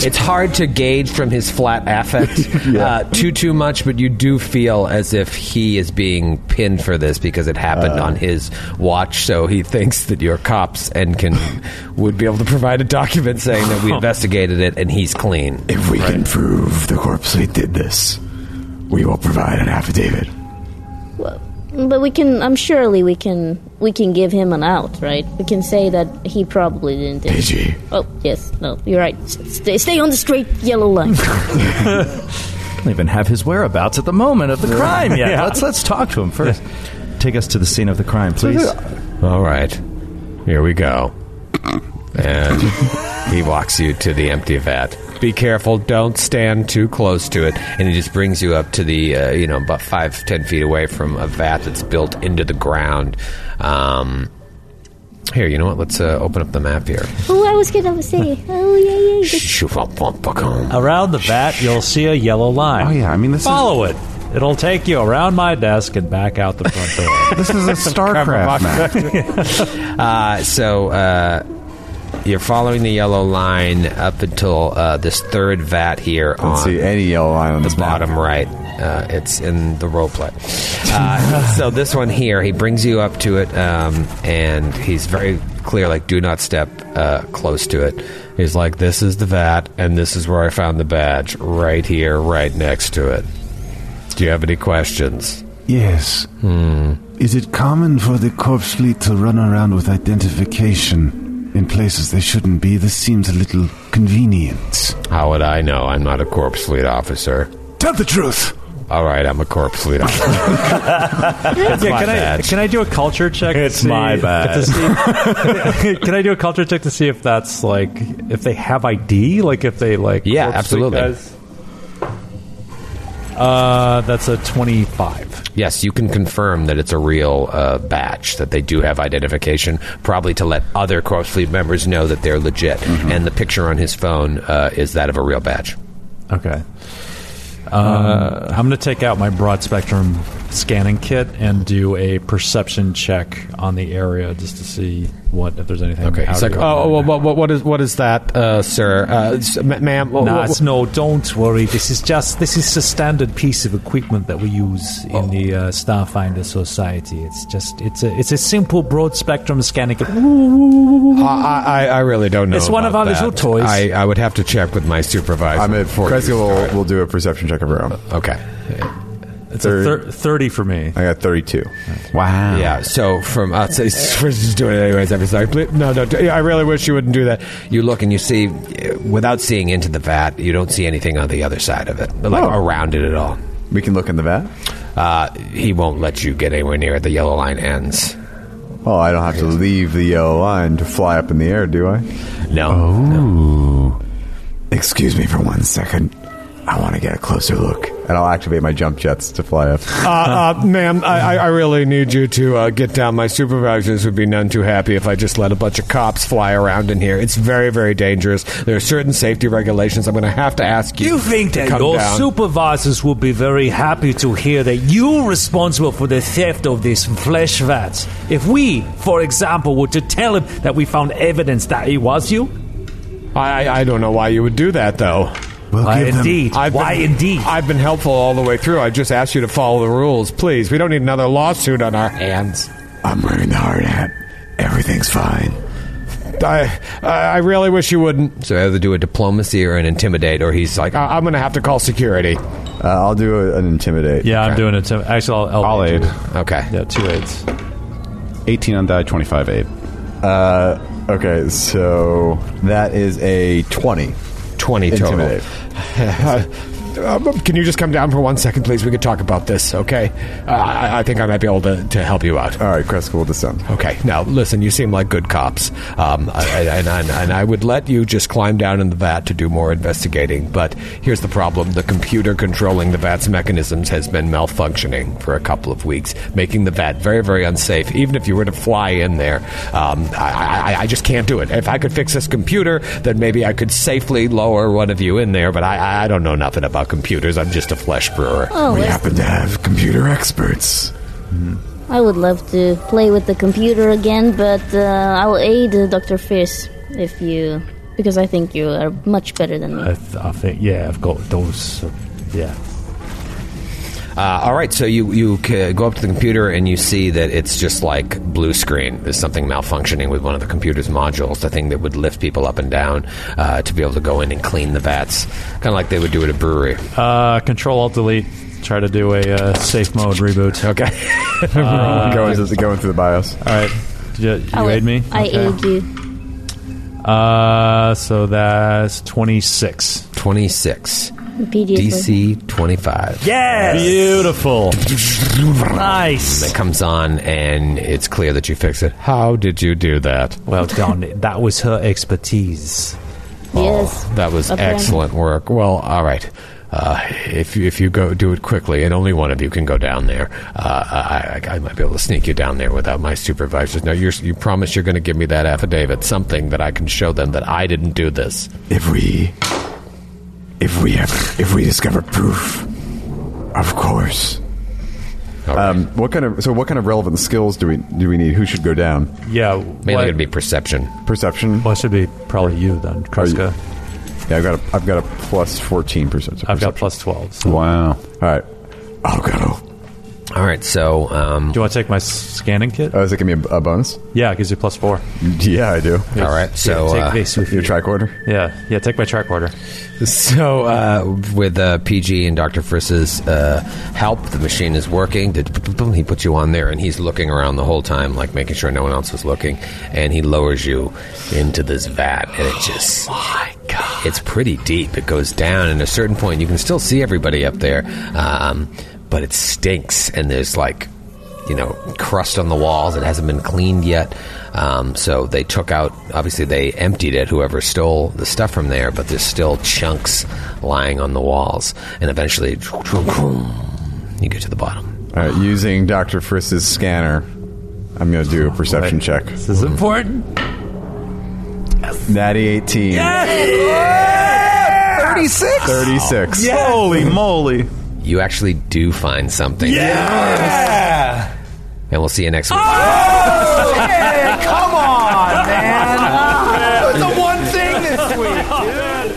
[SPEAKER 3] It's hard to gauge from his flat affect uh, too too much, but you do feel as if he is being pinned for this because it
[SPEAKER 5] Uh.
[SPEAKER 3] happened on his watch. So he thinks that you're cops and can would be able to provide a document saying that we investigated it and he's clean.
[SPEAKER 5] If we can prove the corpse fleet did this, we will provide an affidavit.
[SPEAKER 8] Well, but we can. I'm surely we can we can give him an out, right? We can say that he probably didn't. do it.
[SPEAKER 5] PG.
[SPEAKER 8] Oh yes, no, you're right. S- Stay, stay on the straight yellow line.
[SPEAKER 10] don't even have his whereabouts at the moment of the crime yet.
[SPEAKER 8] Yeah.
[SPEAKER 10] Let's let's talk to him first. Take us to the scene of the crime, please.
[SPEAKER 3] All right, here we go. And he walks you to the empty vat. Be careful! Don't stand too close to it. And he just brings you up to the, uh, you know, about five, ten feet away from a vat that's built into the ground. Um, here, you know what? Let's uh, open up the map here.
[SPEAKER 8] oh, I was gonna say. Oh yeah, yeah. yeah.
[SPEAKER 7] Around the vat, you'll see a yellow line. Oh yeah, I mean this. Follow it. It'll take you around my desk and back out the front door.
[SPEAKER 9] This is a StarCraft map.
[SPEAKER 3] Uh, so uh, you're following the yellow line up until uh, this third vat here
[SPEAKER 9] Don't
[SPEAKER 3] on
[SPEAKER 9] see any yellow line on
[SPEAKER 3] the
[SPEAKER 9] this map.
[SPEAKER 3] bottom right. Uh, it's in the role play. Uh, so this one here, he brings you up to it, um, and he's very clear. Like, do not step uh, close to it. He's like, this is the vat, and this is where I found the badge, right here, right next to it. Do you have any questions?
[SPEAKER 11] Yes. Is it common for the corpse fleet to run around with identification in places they shouldn't be? This seems a little convenient.
[SPEAKER 3] How would I know? I'm not a corpse fleet officer.
[SPEAKER 11] Tell the truth.
[SPEAKER 3] All right, I'm a corpse leader.
[SPEAKER 7] yeah,
[SPEAKER 3] That's my
[SPEAKER 7] can I
[SPEAKER 3] bad.
[SPEAKER 7] can I do a culture check? It's
[SPEAKER 3] my bad.
[SPEAKER 7] To see, can I do a culture check to see if that's like if they have ID? Like if they like
[SPEAKER 3] Yeah,
[SPEAKER 7] corpse
[SPEAKER 3] absolutely.
[SPEAKER 7] guys? Uh, that's a twenty-five.
[SPEAKER 3] yes, you can confirm that it's a real uh, batch, that they do have identification, probably to let other corpse fleet members know that they're legit. And the picture on his phone uh, is that of a real batch.
[SPEAKER 7] Uh, Okay. Um, I'm going to take out my broad spectrum scanning kit and do a perception check on the area just to see what if there's anything.
[SPEAKER 3] Okay.
[SPEAKER 7] out
[SPEAKER 3] He's
[SPEAKER 7] of
[SPEAKER 3] like,
[SPEAKER 7] the
[SPEAKER 3] oh, well, what, what is what is that, uh, sir, uh, s- ma- ma'am? What-
[SPEAKER 7] Nah,
[SPEAKER 3] what-
[SPEAKER 7] it's no, don't worry. This is just this is a standard piece of equipment that we use
[SPEAKER 3] Oh.
[SPEAKER 7] in the uh, Starfinder Society. It's just it's a it's a simple broad spectrum scanning. kit.
[SPEAKER 3] I, I, I really don't know.
[SPEAKER 7] It's one of
[SPEAKER 3] about
[SPEAKER 7] our little
[SPEAKER 3] that.
[SPEAKER 7] toys.
[SPEAKER 3] I, I would have to check with my supervisor.
[SPEAKER 2] I'm at
[SPEAKER 3] before
[SPEAKER 2] Kreska
[SPEAKER 3] you
[SPEAKER 2] will,
[SPEAKER 3] start.
[SPEAKER 2] will do a perception check of her own.
[SPEAKER 3] Okay.
[SPEAKER 7] It's a thir- 30 for me.
[SPEAKER 2] I got 32.
[SPEAKER 9] Wow.
[SPEAKER 3] Yeah. So from us, it's- we're just doing it anyways. I'm just like, "Please- no, no. d- I really wish you wouldn't do that. You look and you see, uh, without seeing into the vat, you don't see anything on the other side of it, like
[SPEAKER 2] Oh.
[SPEAKER 3] around it at all.
[SPEAKER 2] We can look in the vat.
[SPEAKER 3] Uh, he won't let you get anywhere near it. The yellow line ends.
[SPEAKER 2] Oh, I don't have to leave the yellow line to fly up in the air, do I?
[SPEAKER 3] No.
[SPEAKER 5] Excuse me for one second. I want to get a closer look.
[SPEAKER 2] And I'll activate my jump jets to fly up.
[SPEAKER 3] uh, uh, ma'am, I, I I really need you to uh, get down. My supervisors would be none too happy if I just let a bunch of cops fly around in here. It's very, very dangerous. There are certain safety regulations. I'm going to have to ask you.
[SPEAKER 12] You think
[SPEAKER 3] to
[SPEAKER 12] that
[SPEAKER 3] come
[SPEAKER 12] your
[SPEAKER 3] down.
[SPEAKER 12] supervisors will be very happy to hear that you're responsible for the theft of these flesh vats? If we, for example, were to tell him that we found evidence that it was you?
[SPEAKER 3] I, I- I don't know why you would do that, though.
[SPEAKER 12] Why give them- indeed? Why
[SPEAKER 3] been,
[SPEAKER 12] indeed?
[SPEAKER 3] I've been helpful all the way through. I just asked you to follow the rules, please. We don't need another lawsuit on our hands.
[SPEAKER 5] I'm wearing the hard hat. Everything's fine.
[SPEAKER 3] I, I I really wish you wouldn't. So either do a diplomacy or an intimidate, or he's like, I- I'm going to have to call security.
[SPEAKER 2] Uh, I'll do a, an intimidate.
[SPEAKER 7] Yeah, I'm doing it. too. Actually, I'll,
[SPEAKER 9] I'll aid.
[SPEAKER 3] Okay.
[SPEAKER 7] Yeah, two aids.
[SPEAKER 9] 18 on die, 25 aid.
[SPEAKER 2] Uh, okay, so that is a 20.
[SPEAKER 3] 20 total.
[SPEAKER 2] Intimidate.
[SPEAKER 3] Um, can you just come down for one second, please? We could talk about this, okay? Uh, I, I think I might be able to, to help you out.
[SPEAKER 2] All right, Kreska will descend.
[SPEAKER 3] Okay, now listen, you seem like good cops. Um, I, I, and, and, and I would let you just climb down in the vat to do more investigating, but here's the problem the computer controlling the vat's mechanisms has been malfunctioning for a couple of weeks, making the vat very, very unsafe. Even if you were to fly in there, um, I, I, I just can't do it. If I could fix this computer, then maybe I could safely lower one of you in there, but I, I don't know nothing about computers. I'm just a flesh brewer.
[SPEAKER 8] Oh,
[SPEAKER 5] we
[SPEAKER 8] that's-
[SPEAKER 5] happen to have computer experts.
[SPEAKER 8] I would love to play with the computer again, but uh, I'll aid uh, Dr. Fierce if you. Because I think you are much better than me.
[SPEAKER 7] I, th- I think yeah, I've got those. uh, yeah.
[SPEAKER 3] Uh, all right, so you you c- go up to the computer and you see that it's just like blue screen. There's something malfunctioning with one of the computer's modules, the thing that would lift people up and down uh, to be able to go in and clean the vats, kind of like they would do at a brewery.
[SPEAKER 7] Uh, control Alt Delete. Try to do a uh, safe mode reboot.
[SPEAKER 3] Okay.
[SPEAKER 2] going, through, going through the BIOS.
[SPEAKER 7] All right. You, you
[SPEAKER 8] I'll
[SPEAKER 7] aid me.
[SPEAKER 8] Oh, I
[SPEAKER 7] Okay.
[SPEAKER 8] aid you.
[SPEAKER 7] Uh, so that's twenty six.
[SPEAKER 3] Twenty six.
[SPEAKER 8] Immediately.
[SPEAKER 3] DC twenty five.
[SPEAKER 12] Yes!
[SPEAKER 7] Beautiful.
[SPEAKER 12] Nice!
[SPEAKER 3] It comes on and it's clear that you fix it. How did you do that?
[SPEAKER 12] Well done. that was her expertise.
[SPEAKER 8] Yes.
[SPEAKER 3] Oh, That was
[SPEAKER 8] Up and-
[SPEAKER 3] excellent work. Well, all right. Uh, if you- if you go do it quickly, and only one of you can go down there, uh, I, I I might be able to sneak you down there without my supervisors. Now you're, you promise you're going to give me that affidavit, something that I can show them that I didn't do this.
[SPEAKER 5] If we. If we ever. If we discover proof. Of course.
[SPEAKER 2] Um, what kind of so? What kind of relevant skills do we do we need? Who should go down?
[SPEAKER 7] Yeah.
[SPEAKER 3] Mainly
[SPEAKER 7] what-
[SPEAKER 3] going to be perception.
[SPEAKER 2] Perception.
[SPEAKER 7] Well, it should be probably you then, Kreska.
[SPEAKER 2] Yeah, I've got a, I've got a plus fourteen percent.
[SPEAKER 7] I've got plus twelve. So.
[SPEAKER 9] Wow.
[SPEAKER 2] All right.
[SPEAKER 5] I'll go.
[SPEAKER 3] All right, so um,
[SPEAKER 7] Do you want to take my s- scanning kit?
[SPEAKER 2] Oh, does it give me a, a bonus?
[SPEAKER 7] yeah, it gives you plus four.
[SPEAKER 2] Yeah, I do.
[SPEAKER 3] all right, so
[SPEAKER 7] yeah, take
[SPEAKER 3] uh,
[SPEAKER 7] this with
[SPEAKER 2] Your
[SPEAKER 7] you.
[SPEAKER 2] tricorder.
[SPEAKER 7] yeah, yeah. Take my track order.
[SPEAKER 3] So, uh, with uh, PG and Dr. Friss's uh, help, the machine is working. He puts you on there, and he's looking around the whole time, like making sure no one else is looking. And he lowers you into this vat, and it
[SPEAKER 7] Oh
[SPEAKER 3] just. my God. It's pretty deep. It goes down, and at a certain point, you can still see everybody up there, um, but it stinks, and there's like you know, crust on the walls. It hasn't been cleaned yet. Um, so they took out, obviously, they emptied it, whoever stole the stuff from there, but there's still chunks lying on the walls. And eventually, you get to the bottom.
[SPEAKER 2] All right, using Doctor Friss's scanner, I'm going to do a perception check.
[SPEAKER 12] This is important.
[SPEAKER 2] Natty eighteen.
[SPEAKER 12] Yes!
[SPEAKER 2] Thirty six.
[SPEAKER 12] Yes!
[SPEAKER 2] Holy moly!
[SPEAKER 3] you actually do find something.
[SPEAKER 7] Yeah!
[SPEAKER 3] And we'll see you next week.
[SPEAKER 7] Hey, come on, man. It's the one thing this week, dude.